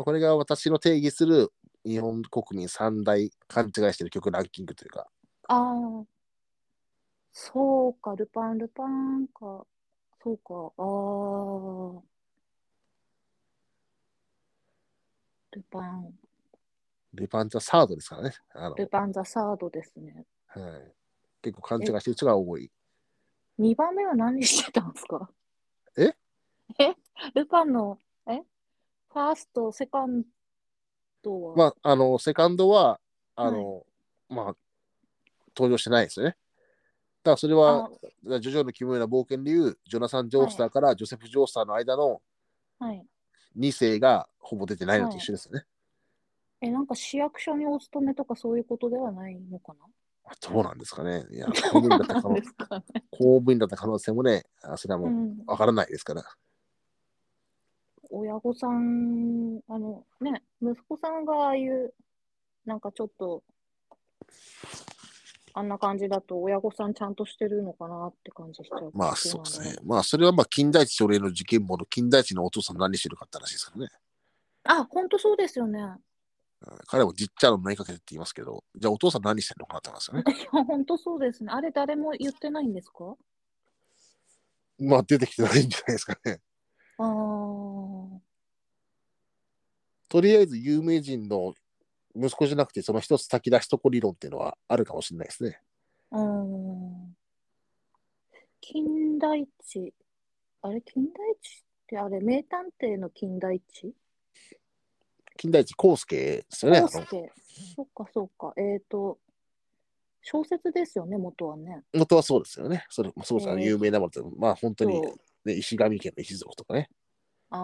[SPEAKER 2] これが私の定義する日本国民三大勘違いしてる曲ランキングというか、
[SPEAKER 1] あー、そうか、ルパン、ルパンか。そうか、ああ。ルパン、
[SPEAKER 2] ルパンザサードですからね。あの
[SPEAKER 1] ルパンザサードですね。
[SPEAKER 2] はい、結構勘違いしてる人が多い。
[SPEAKER 1] 2番目は何してたんですか
[SPEAKER 2] え
[SPEAKER 1] えルパンの、えファースト、セカンドは、
[SPEAKER 2] まあ、あの、セカンドは、あの、まあ、登場してないですよね。だからそれは、ジョジョの奇妙な冒険でいう、ジョナサン・ジョースターからジョセフ・ジョースターの間の
[SPEAKER 1] あはい。
[SPEAKER 2] 2世がほぼ出てないのと一緒ですよね。
[SPEAKER 1] え、なんか市役所にお勤めとかそういうことではないのかな
[SPEAKER 2] あどうなんですかね。 いや、公務員だ った可
[SPEAKER 1] なん
[SPEAKER 2] 能
[SPEAKER 1] ですかね。
[SPEAKER 2] 公務員だった可能性もね、あそれは
[SPEAKER 1] う。
[SPEAKER 2] もうんわからないですから。
[SPEAKER 1] 親御さん、あのね、息子さんがああいう、なんかちょっと、あんな感じだと親御さんちゃんとしてるのかなって感じしちゃう。
[SPEAKER 2] まあそうですね。。まあそれはまあ金田一少年の事件簿の金田一のお父さん何してるかって話ですからね。
[SPEAKER 1] あ、ほんとそうですよね。
[SPEAKER 2] うん彼もじっちゃんの何かけてって言いますけど、じゃあお父さん何してるのかなって話ですよね。
[SPEAKER 1] いや、ほんとそうですね。あれ誰も言ってないんですか
[SPEAKER 2] まあ出てきてないんじゃないですかね。
[SPEAKER 1] ああ。
[SPEAKER 2] とりあえず有名人の息子じゃなくて、その一つ炊き出しとこ理論っていうのはあるかもしれないですね。
[SPEAKER 1] うん金田一。あれ、金田一ってあれ、名探偵の金田一
[SPEAKER 2] 金田一耕介ですよね。あ
[SPEAKER 1] 康
[SPEAKER 2] の
[SPEAKER 1] 介。そっかそっか。えっ、と、小説ですよね、元はね。
[SPEAKER 2] 元はそうですよね。それまあ、そうですあの
[SPEAKER 1] えー
[SPEAKER 2] 有名なものって、まあ本当に、
[SPEAKER 1] そう
[SPEAKER 2] ね、石神家の一族とかね、
[SPEAKER 1] あ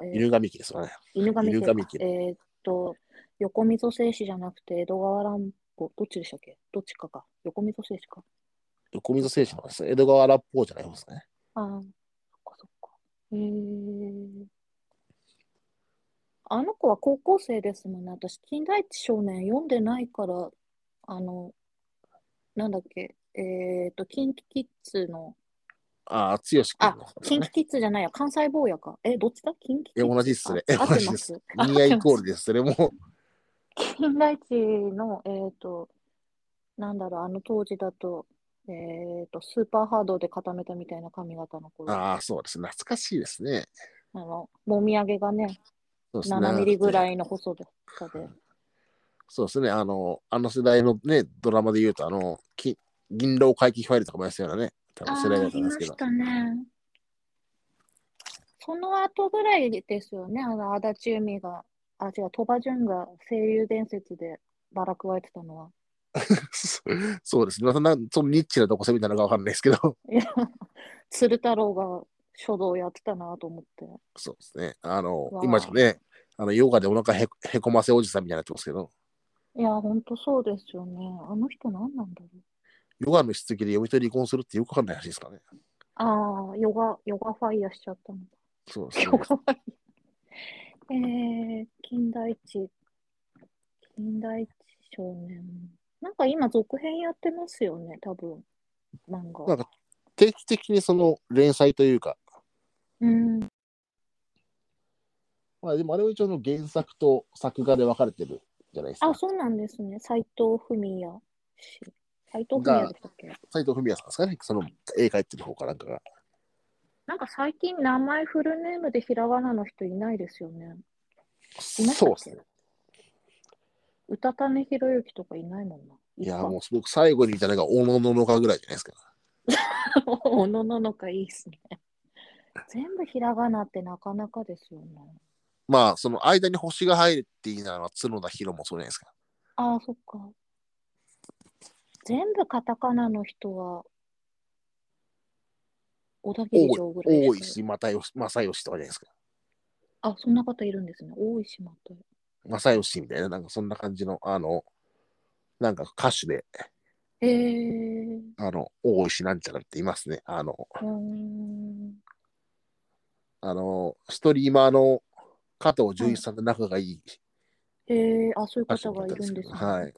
[SPEAKER 1] あ、えー
[SPEAKER 2] 犬神家ですよね。
[SPEAKER 1] 犬神家
[SPEAKER 2] 犬神家
[SPEAKER 1] えっ、と、横溝正史じゃなくて、江戸川乱歩、どっちでしたっけどっちかか。横溝正史か。
[SPEAKER 2] 横溝正史のですね江戸川乱歩じゃない方ですね。
[SPEAKER 1] ああ、そっかそっか。へえ。あの子は高校生ですもんね。私、金田一少年読んでないから、あの、なんだっけ、えっと、キンキキッズの、
[SPEAKER 2] ああ、
[SPEAKER 1] あ
[SPEAKER 2] 剛君の方、です
[SPEAKER 1] キン
[SPEAKER 2] ね
[SPEAKER 1] キ。キッズじゃないや、関西坊やか。え、どっちだキンキキ
[SPEAKER 2] え、
[SPEAKER 1] ッズ
[SPEAKER 2] 同じですね。え、
[SPEAKER 1] あ合
[SPEAKER 2] 同
[SPEAKER 1] って
[SPEAKER 2] じ
[SPEAKER 1] ま
[SPEAKER 2] です。
[SPEAKER 1] す。合っ
[SPEAKER 2] ニ
[SPEAKER 1] て
[SPEAKER 2] ア
[SPEAKER 1] ます
[SPEAKER 2] イコールです。それも、
[SPEAKER 1] 金田一の、えっと、なんだろう、あの当時だと、えっと、スーパーハードで固めたみたいな髪型の頃。
[SPEAKER 2] ああ、そうですね。懐かしいですね。
[SPEAKER 1] あの、もみあげがね、
[SPEAKER 2] そうですね。
[SPEAKER 1] 7ミリぐら
[SPEAKER 2] い。
[SPEAKER 1] いの細さで。
[SPEAKER 2] そうですね。あの、あの世代のね、ドラマで言うと、あの、き銀狼回帰ファイルとかもやったようなね、多分世代だったんですけど。
[SPEAKER 1] たね。その後ぐらいですよね、あの足立由美が、あ、違う、鳥羽潤が声優伝説でバラ加えてたのは。
[SPEAKER 2] そうですね。またなそのニッチなとこ攻めたのかわかんないですけど。
[SPEAKER 1] いや鶴太郎が書道やってたなと思って。
[SPEAKER 2] そうですね。あの
[SPEAKER 1] わ、あ
[SPEAKER 2] 今じゃね、あの、ヨガでお腹へへこませおじさんみたいになってますけど、
[SPEAKER 1] いや、ほんとそうですよね。あの人何なんだろう。
[SPEAKER 2] ヨガのしつきで嫁と離婚するってよくわかんない話ですからね。
[SPEAKER 1] ああ、ヨガ、ヨガファイヤーしちゃったの。
[SPEAKER 2] そうで す
[SPEAKER 1] ヨガ
[SPEAKER 2] ね。
[SPEAKER 1] ファイヤー。えー、金田一。金田一少年。なんか今続編やってますよね、多分。漫
[SPEAKER 2] なん
[SPEAKER 1] 画。
[SPEAKER 2] か定期的にその連載というか、
[SPEAKER 1] うん。
[SPEAKER 2] まあでもあれは一応の原作と作画で分かれてるじゃないです
[SPEAKER 1] あ、
[SPEAKER 2] か。
[SPEAKER 1] そうなんですね。斎藤文也氏。斎藤文也でしたっけ
[SPEAKER 2] 斎藤文也さんですかね、その絵描いてる方かなんかが。
[SPEAKER 1] なんか最近名前フルネームでひらがなの人いないですよね。いました
[SPEAKER 2] そう
[SPEAKER 1] っけ
[SPEAKER 2] ですね。
[SPEAKER 1] うたたねひろゆきとかいないもんな。
[SPEAKER 2] いや、
[SPEAKER 1] っか
[SPEAKER 2] もう僕最後に見たのが、おのののかぐらいじゃないですか。
[SPEAKER 1] おのののかいいっすね。全部ひらがなってなかなかですよね。
[SPEAKER 2] まあ、その間に星が入るっていいなら、角田博もそうじゃないですか。
[SPEAKER 1] ああ、そっか。全部カタカナの人は、小田切城ぐらい
[SPEAKER 2] 大
[SPEAKER 1] しか。
[SPEAKER 2] 石又吉正義とかじゃないですか。
[SPEAKER 1] あ、そんな方いるんですね。大石また。
[SPEAKER 2] 正義みたいな、なんかそんな感じの、あの、なんか歌手で、
[SPEAKER 1] えー、
[SPEAKER 2] あの、大石なんちゃらっていますね。あの、
[SPEAKER 1] うーん。
[SPEAKER 2] あの、ストリーマーの加藤純一さんと仲がいい
[SPEAKER 1] えー、あ、そういう
[SPEAKER 2] 歌手
[SPEAKER 1] 方
[SPEAKER 2] の方
[SPEAKER 1] がいるん
[SPEAKER 2] け
[SPEAKER 1] で
[SPEAKER 2] ど
[SPEAKER 1] すね。
[SPEAKER 2] はい。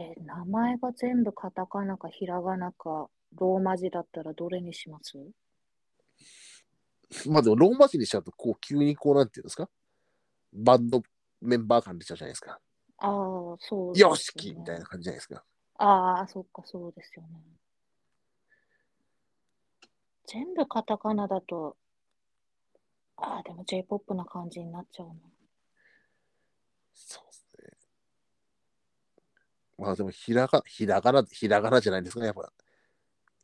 [SPEAKER 1] えー名前が全部カタカナかひらがなかローマ字だったらどれにします
[SPEAKER 2] まあでも、ローマ字にしちゃうと、こう、急にこう、なんていうんですか、バンドメンバー感出ちゃうじゃないですか。
[SPEAKER 1] ああ、そうですね
[SPEAKER 2] よしきみたいな感じじゃないですか。
[SPEAKER 1] ああ、そっか、そうですよね。全部カタカナだと、ああ、でも J-POP な感じになっちゃうな。
[SPEAKER 2] そうですね。まあでも、ひらが、ひらがな、ひらがなじゃないですかね、やっぱ。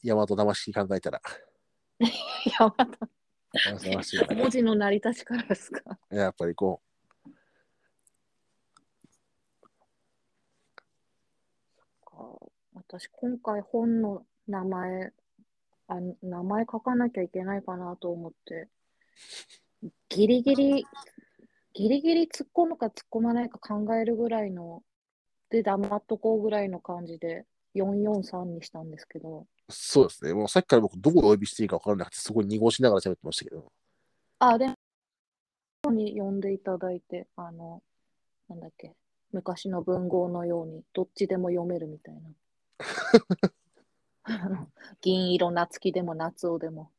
[SPEAKER 2] 大和魂考えたら。
[SPEAKER 1] いや、また
[SPEAKER 2] 大和魂が
[SPEAKER 1] 文字の成り立ちからですか。
[SPEAKER 2] やっぱりこ
[SPEAKER 1] こう私、今回本の名前、あ、名前書かなきゃいけないかなと思って、ギリギリ、ギリギリ突っ込むか突っ込まないか考えるぐらいの、で、黙っとこうぐらいの感じで、443にしたんですけど、
[SPEAKER 2] う、そうですね。もうさっきから僕、どこでお呼びしていいか分からなくて、すごい濁しながら喋ってましたけど。
[SPEAKER 1] あ、でも、に呼んでいただいて、あの、なんだっけ、昔の文豪のようにどっちでも読めるみたいなあの銀色夏樹でも夏男でも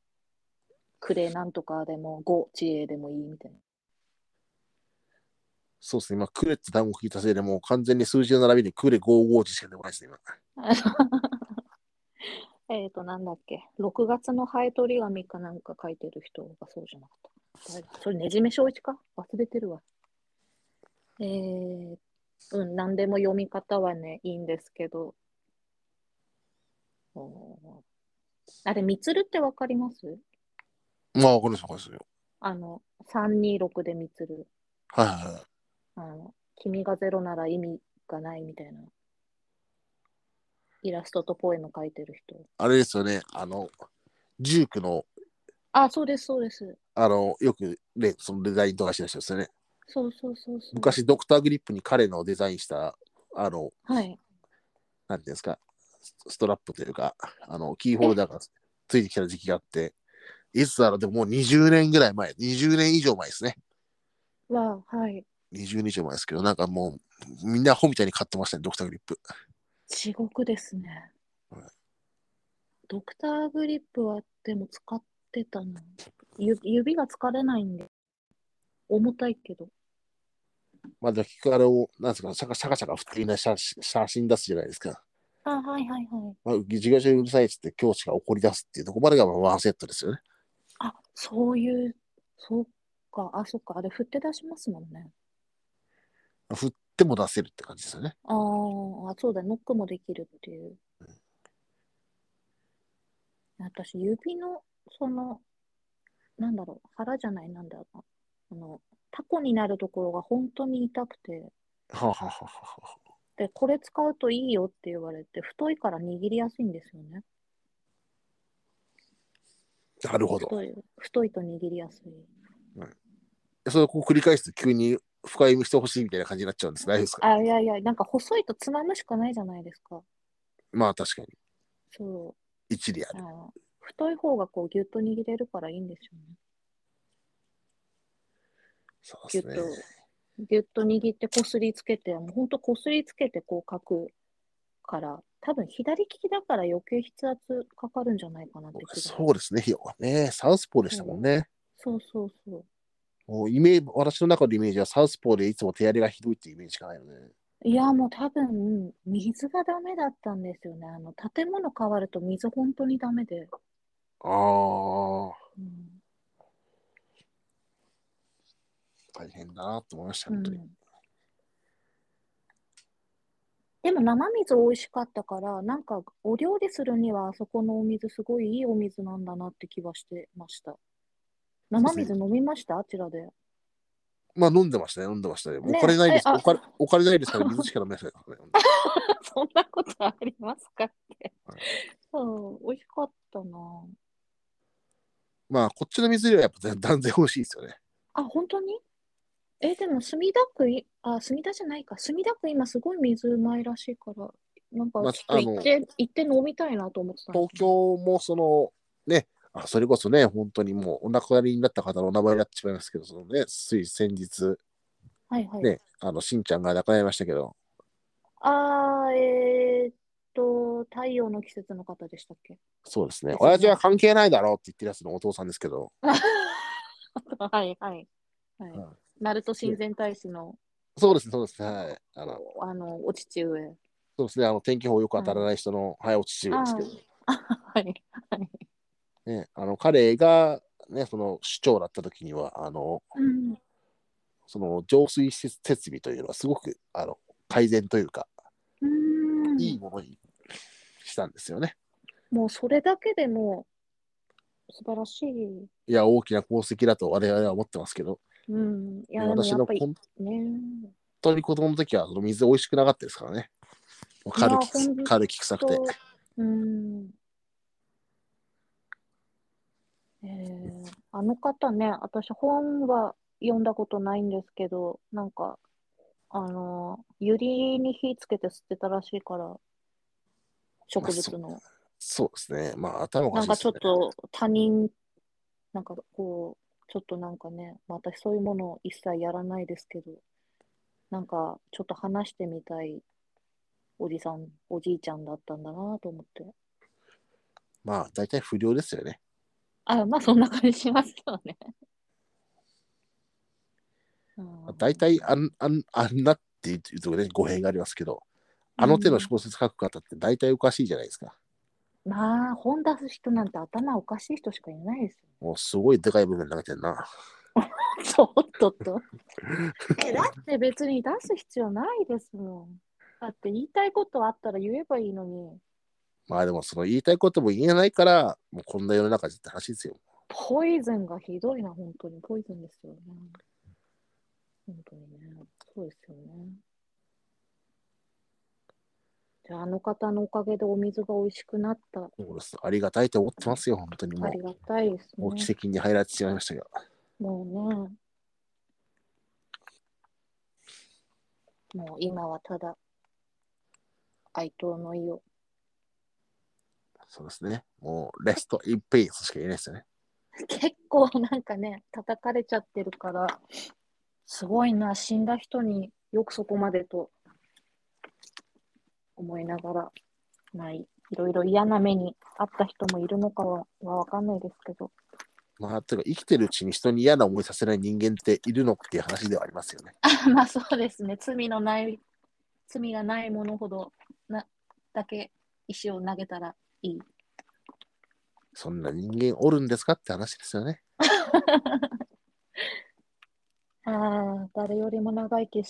[SPEAKER 1] 呉なんとかでも五知恵でもいいみたいな
[SPEAKER 2] そうですね、今、クレって単語聞いたせいで、もう完全に数字の並びにクレ551しか出てこないですね、今。
[SPEAKER 1] えっと、なんだっけ、6月のハエ取り紙かなんか書いてる人がそうじゃなかった。誰だそれ、ねじめ正一か忘れてるわ。えー、うん、なんでも読み方はね、いいんですけど。おーあれ、みつるってわかります
[SPEAKER 2] まあ、わかります、わかりますよ。
[SPEAKER 1] あの、326でみつる。
[SPEAKER 2] はいはいはい。
[SPEAKER 1] あの、君がゼロなら意味がないみたいな。イラストとポエム書いてる人。
[SPEAKER 2] あれですよね、あの、ジュークの、
[SPEAKER 1] あ、そうです、そうです。
[SPEAKER 2] あの、よく、ね、そのデザインとかしてる人ですよね。
[SPEAKER 1] そうそうそうそう。
[SPEAKER 2] 昔、ドクターグリップに彼のデザインした、あの、
[SPEAKER 1] はい。
[SPEAKER 2] なんていうんですか、スストラップというか、あの、キーホルダーがついてきた時期があって、いつだろう、でももう20年ぐらい前、20年以上前ですね。
[SPEAKER 1] は、はい。
[SPEAKER 2] 20年以上前ですけど、なんかもう、みんなアホみたいに買ってましたね、ドクターグリップ。
[SPEAKER 1] 地獄ですね
[SPEAKER 2] はい。
[SPEAKER 1] ドクターグリップはでも使ってたな。ゆ指が疲れないんで。重たいけど。
[SPEAKER 2] まあ、だからあれを、なんですか、シャカシャカシャカ振ってみんな写真写真出すじゃないですか。
[SPEAKER 1] あ、はいはいはい。
[SPEAKER 2] まあ、授業中にうるさいっつって教師が怒り出すっていうところまでがまあワンセットですよね。
[SPEAKER 1] あ、そういう、そっか、あ、そっか、あれ振って出しますもんね。
[SPEAKER 2] 振っても出せるって感じですよね。
[SPEAKER 1] あーあ、そうだ、ノックもできるっていう。私、指の、その、なんだろう、腹じゃない、なんだろうな。あの、タコになるところが本当に痛くて、
[SPEAKER 2] はあ、はあはあはあ、
[SPEAKER 1] で、これ使うといいよって言われて、太いから握りやすいんですよね。
[SPEAKER 2] なるほど。
[SPEAKER 1] 太い、太いと握りやすい。
[SPEAKER 2] それをこう繰り返すと急に深読みしてほしいみたいな感じになっちゃうんです。大丈夫ですか
[SPEAKER 1] あ、いやいや、なんか細いとつまむしかないじゃないですか。
[SPEAKER 2] まあ確かに。
[SPEAKER 1] そう。
[SPEAKER 2] 一理ある。
[SPEAKER 1] あの太い方がこうギュッと握れるからいいんですよね。
[SPEAKER 2] そう
[SPEAKER 1] ギ
[SPEAKER 2] で
[SPEAKER 1] ュ
[SPEAKER 2] す
[SPEAKER 1] ッ
[SPEAKER 2] ね
[SPEAKER 1] と。、ギュッと握ってこすりつけて、もうほんとこすりつけてこう書くから、多分左利きだから余計筆圧かかるんじゃないかなって気が
[SPEAKER 2] そうですね、ひよはね。サウスポーでしたもんね。
[SPEAKER 1] そうそうそう。
[SPEAKER 2] もうイメージ私の中のイメージはサウスポーでいつも手荒れがひどいっていうイメージしかないよね。
[SPEAKER 1] いや、もう多分、水がダメだったんですよね。あの、建物変わると水本当にダメで。
[SPEAKER 2] ああ、
[SPEAKER 1] うん
[SPEAKER 2] 大変だなと思いました、
[SPEAKER 1] う
[SPEAKER 2] 本
[SPEAKER 1] ん
[SPEAKER 2] 当に。
[SPEAKER 1] でも生水美味しかったから、なんかお料理するにはあそこのお水すごいいいお水なんだなって気はしてました。生水飲みましたあちらで。
[SPEAKER 2] まあ飲んでましたね、飲んでましたね。もう
[SPEAKER 1] ね
[SPEAKER 2] お金ないです、
[SPEAKER 1] えあ
[SPEAKER 2] お金お金ないですから水しか飲めないですからね。
[SPEAKER 1] そんなことありますかって
[SPEAKER 2] はい。
[SPEAKER 1] そう、美味しかったな。
[SPEAKER 2] まあこっちの水よりはやっぱ 断然美味しいですよね。
[SPEAKER 1] あ、本当にえ、でも墨田区い、あ、墨田じゃないか。墨田区今すごい水うまいらしいから、なんか
[SPEAKER 2] まあ
[SPEAKER 1] ちょっと行って、行って飲みたいなと思ってたんで
[SPEAKER 2] 東
[SPEAKER 1] すよ
[SPEAKER 2] 京もそのねあそれこそね本当にもうお亡くなりになった方のお名前になってしまいますけどそのねつい先日
[SPEAKER 1] はいはい。
[SPEAKER 2] ねあのしんちゃんが亡くなりましたけど
[SPEAKER 1] あー、えーっと、太陽の季節の方でしたっ け
[SPEAKER 2] そうですね
[SPEAKER 1] そうそう
[SPEAKER 2] 親父は関係ないだろうって言ってるやつのお父さんですけど
[SPEAKER 1] はいはい。はい
[SPEAKER 2] うん。
[SPEAKER 1] 鳴門親善大使の、
[SPEAKER 2] そうですねそうですねはいあの
[SPEAKER 1] あの、お父上。
[SPEAKER 2] そうですねあの天気予報よく当たらない人の早落ち中ですけど、
[SPEAKER 1] はい。はい。
[SPEAKER 2] ね、あの彼がねその市長だった時にはあの
[SPEAKER 1] うん。
[SPEAKER 2] その浄水施設設備というのはすごくあの改善というか
[SPEAKER 1] うーん
[SPEAKER 2] いいものにしたんですよね。
[SPEAKER 1] もうそれだけでもう素晴らしい。
[SPEAKER 2] いや大きな功績だと我々は思ってますけど
[SPEAKER 1] うん。いや、でも
[SPEAKER 2] 私
[SPEAKER 1] やっ
[SPEAKER 2] の
[SPEAKER 1] ぱり
[SPEAKER 2] 本
[SPEAKER 1] ね。
[SPEAKER 2] 当に子供の時はその水美味しくなかったですからね。もう軽き
[SPEAKER 1] いやほんと
[SPEAKER 2] 軽き臭くて
[SPEAKER 1] と。、うん。えーあの方ね、私本は読んだことないんですけど、なんか、あのー、ユリに火つけて吸ってたらしいから、植物の。
[SPEAKER 2] そうですね。まあ頭が
[SPEAKER 1] な
[SPEAKER 2] お
[SPEAKER 1] ん
[SPEAKER 2] か
[SPEAKER 1] か
[SPEAKER 2] し
[SPEAKER 1] ち
[SPEAKER 2] い
[SPEAKER 1] ょ
[SPEAKER 2] で
[SPEAKER 1] っ
[SPEAKER 2] すね
[SPEAKER 1] と他人、なんかこう、ちょっとなんかね、まあ私そういうもの一切やらないですけど、なんかちょっと話してみたいおじさんおじいちゃんだったんだなと思って
[SPEAKER 2] まあ、大体不良ですよね。
[SPEAKER 1] あまあそんな感じしますよねうん
[SPEAKER 2] 大体あん、あん、あんなっていうとね、語弊がありますけど、あの手の小説書く方って大体おかしいじゃないですか。
[SPEAKER 1] まあ本出す人なんて頭おかしい人しかいないです よ
[SPEAKER 2] もうすごいでかい部分投げてんな。
[SPEAKER 1] ちょっとっ と。え、だって別に出す必要ないですもん。だって言いたいことあったら言えばいいのに、
[SPEAKER 2] まあでも、その言いたいことも言えないから、もうこんな世の中じゃって話ですよ。
[SPEAKER 1] ポイズンがひどいな、本当に。ポイズンですよね。本当にね。そうですよね。じゃあ、あの方のおかげでお水が美味しくなった。
[SPEAKER 2] そうですありがたいと思ってますよ、本当にも
[SPEAKER 1] あ
[SPEAKER 2] う
[SPEAKER 1] り。がたいです
[SPEAKER 2] もう
[SPEAKER 1] ね。
[SPEAKER 2] 奇跡に入られてしまいましたけど。
[SPEAKER 1] もうね。もう今はただ哀悼の意を。
[SPEAKER 2] そうですね。もう、レスト・イン・ペースしか言えないですよね。
[SPEAKER 1] 結構なんかね、叩かれちゃってるから、すごいな、死んだ人によくそこまでと思いながら、まあ、いいろいろ嫌な目にあった人もいるのかはは分かんないですけど、
[SPEAKER 2] まあ、てか、生きてるうちに人に嫌な思いさせない人間っているのっていう話ではありますよね。
[SPEAKER 1] あ まあそうですね、罪のない、罪がないものほどなだけ石を投げたらいい。
[SPEAKER 2] そんな人間おるんですかって話ですよね。
[SPEAKER 1] ああ、誰よりも長生きし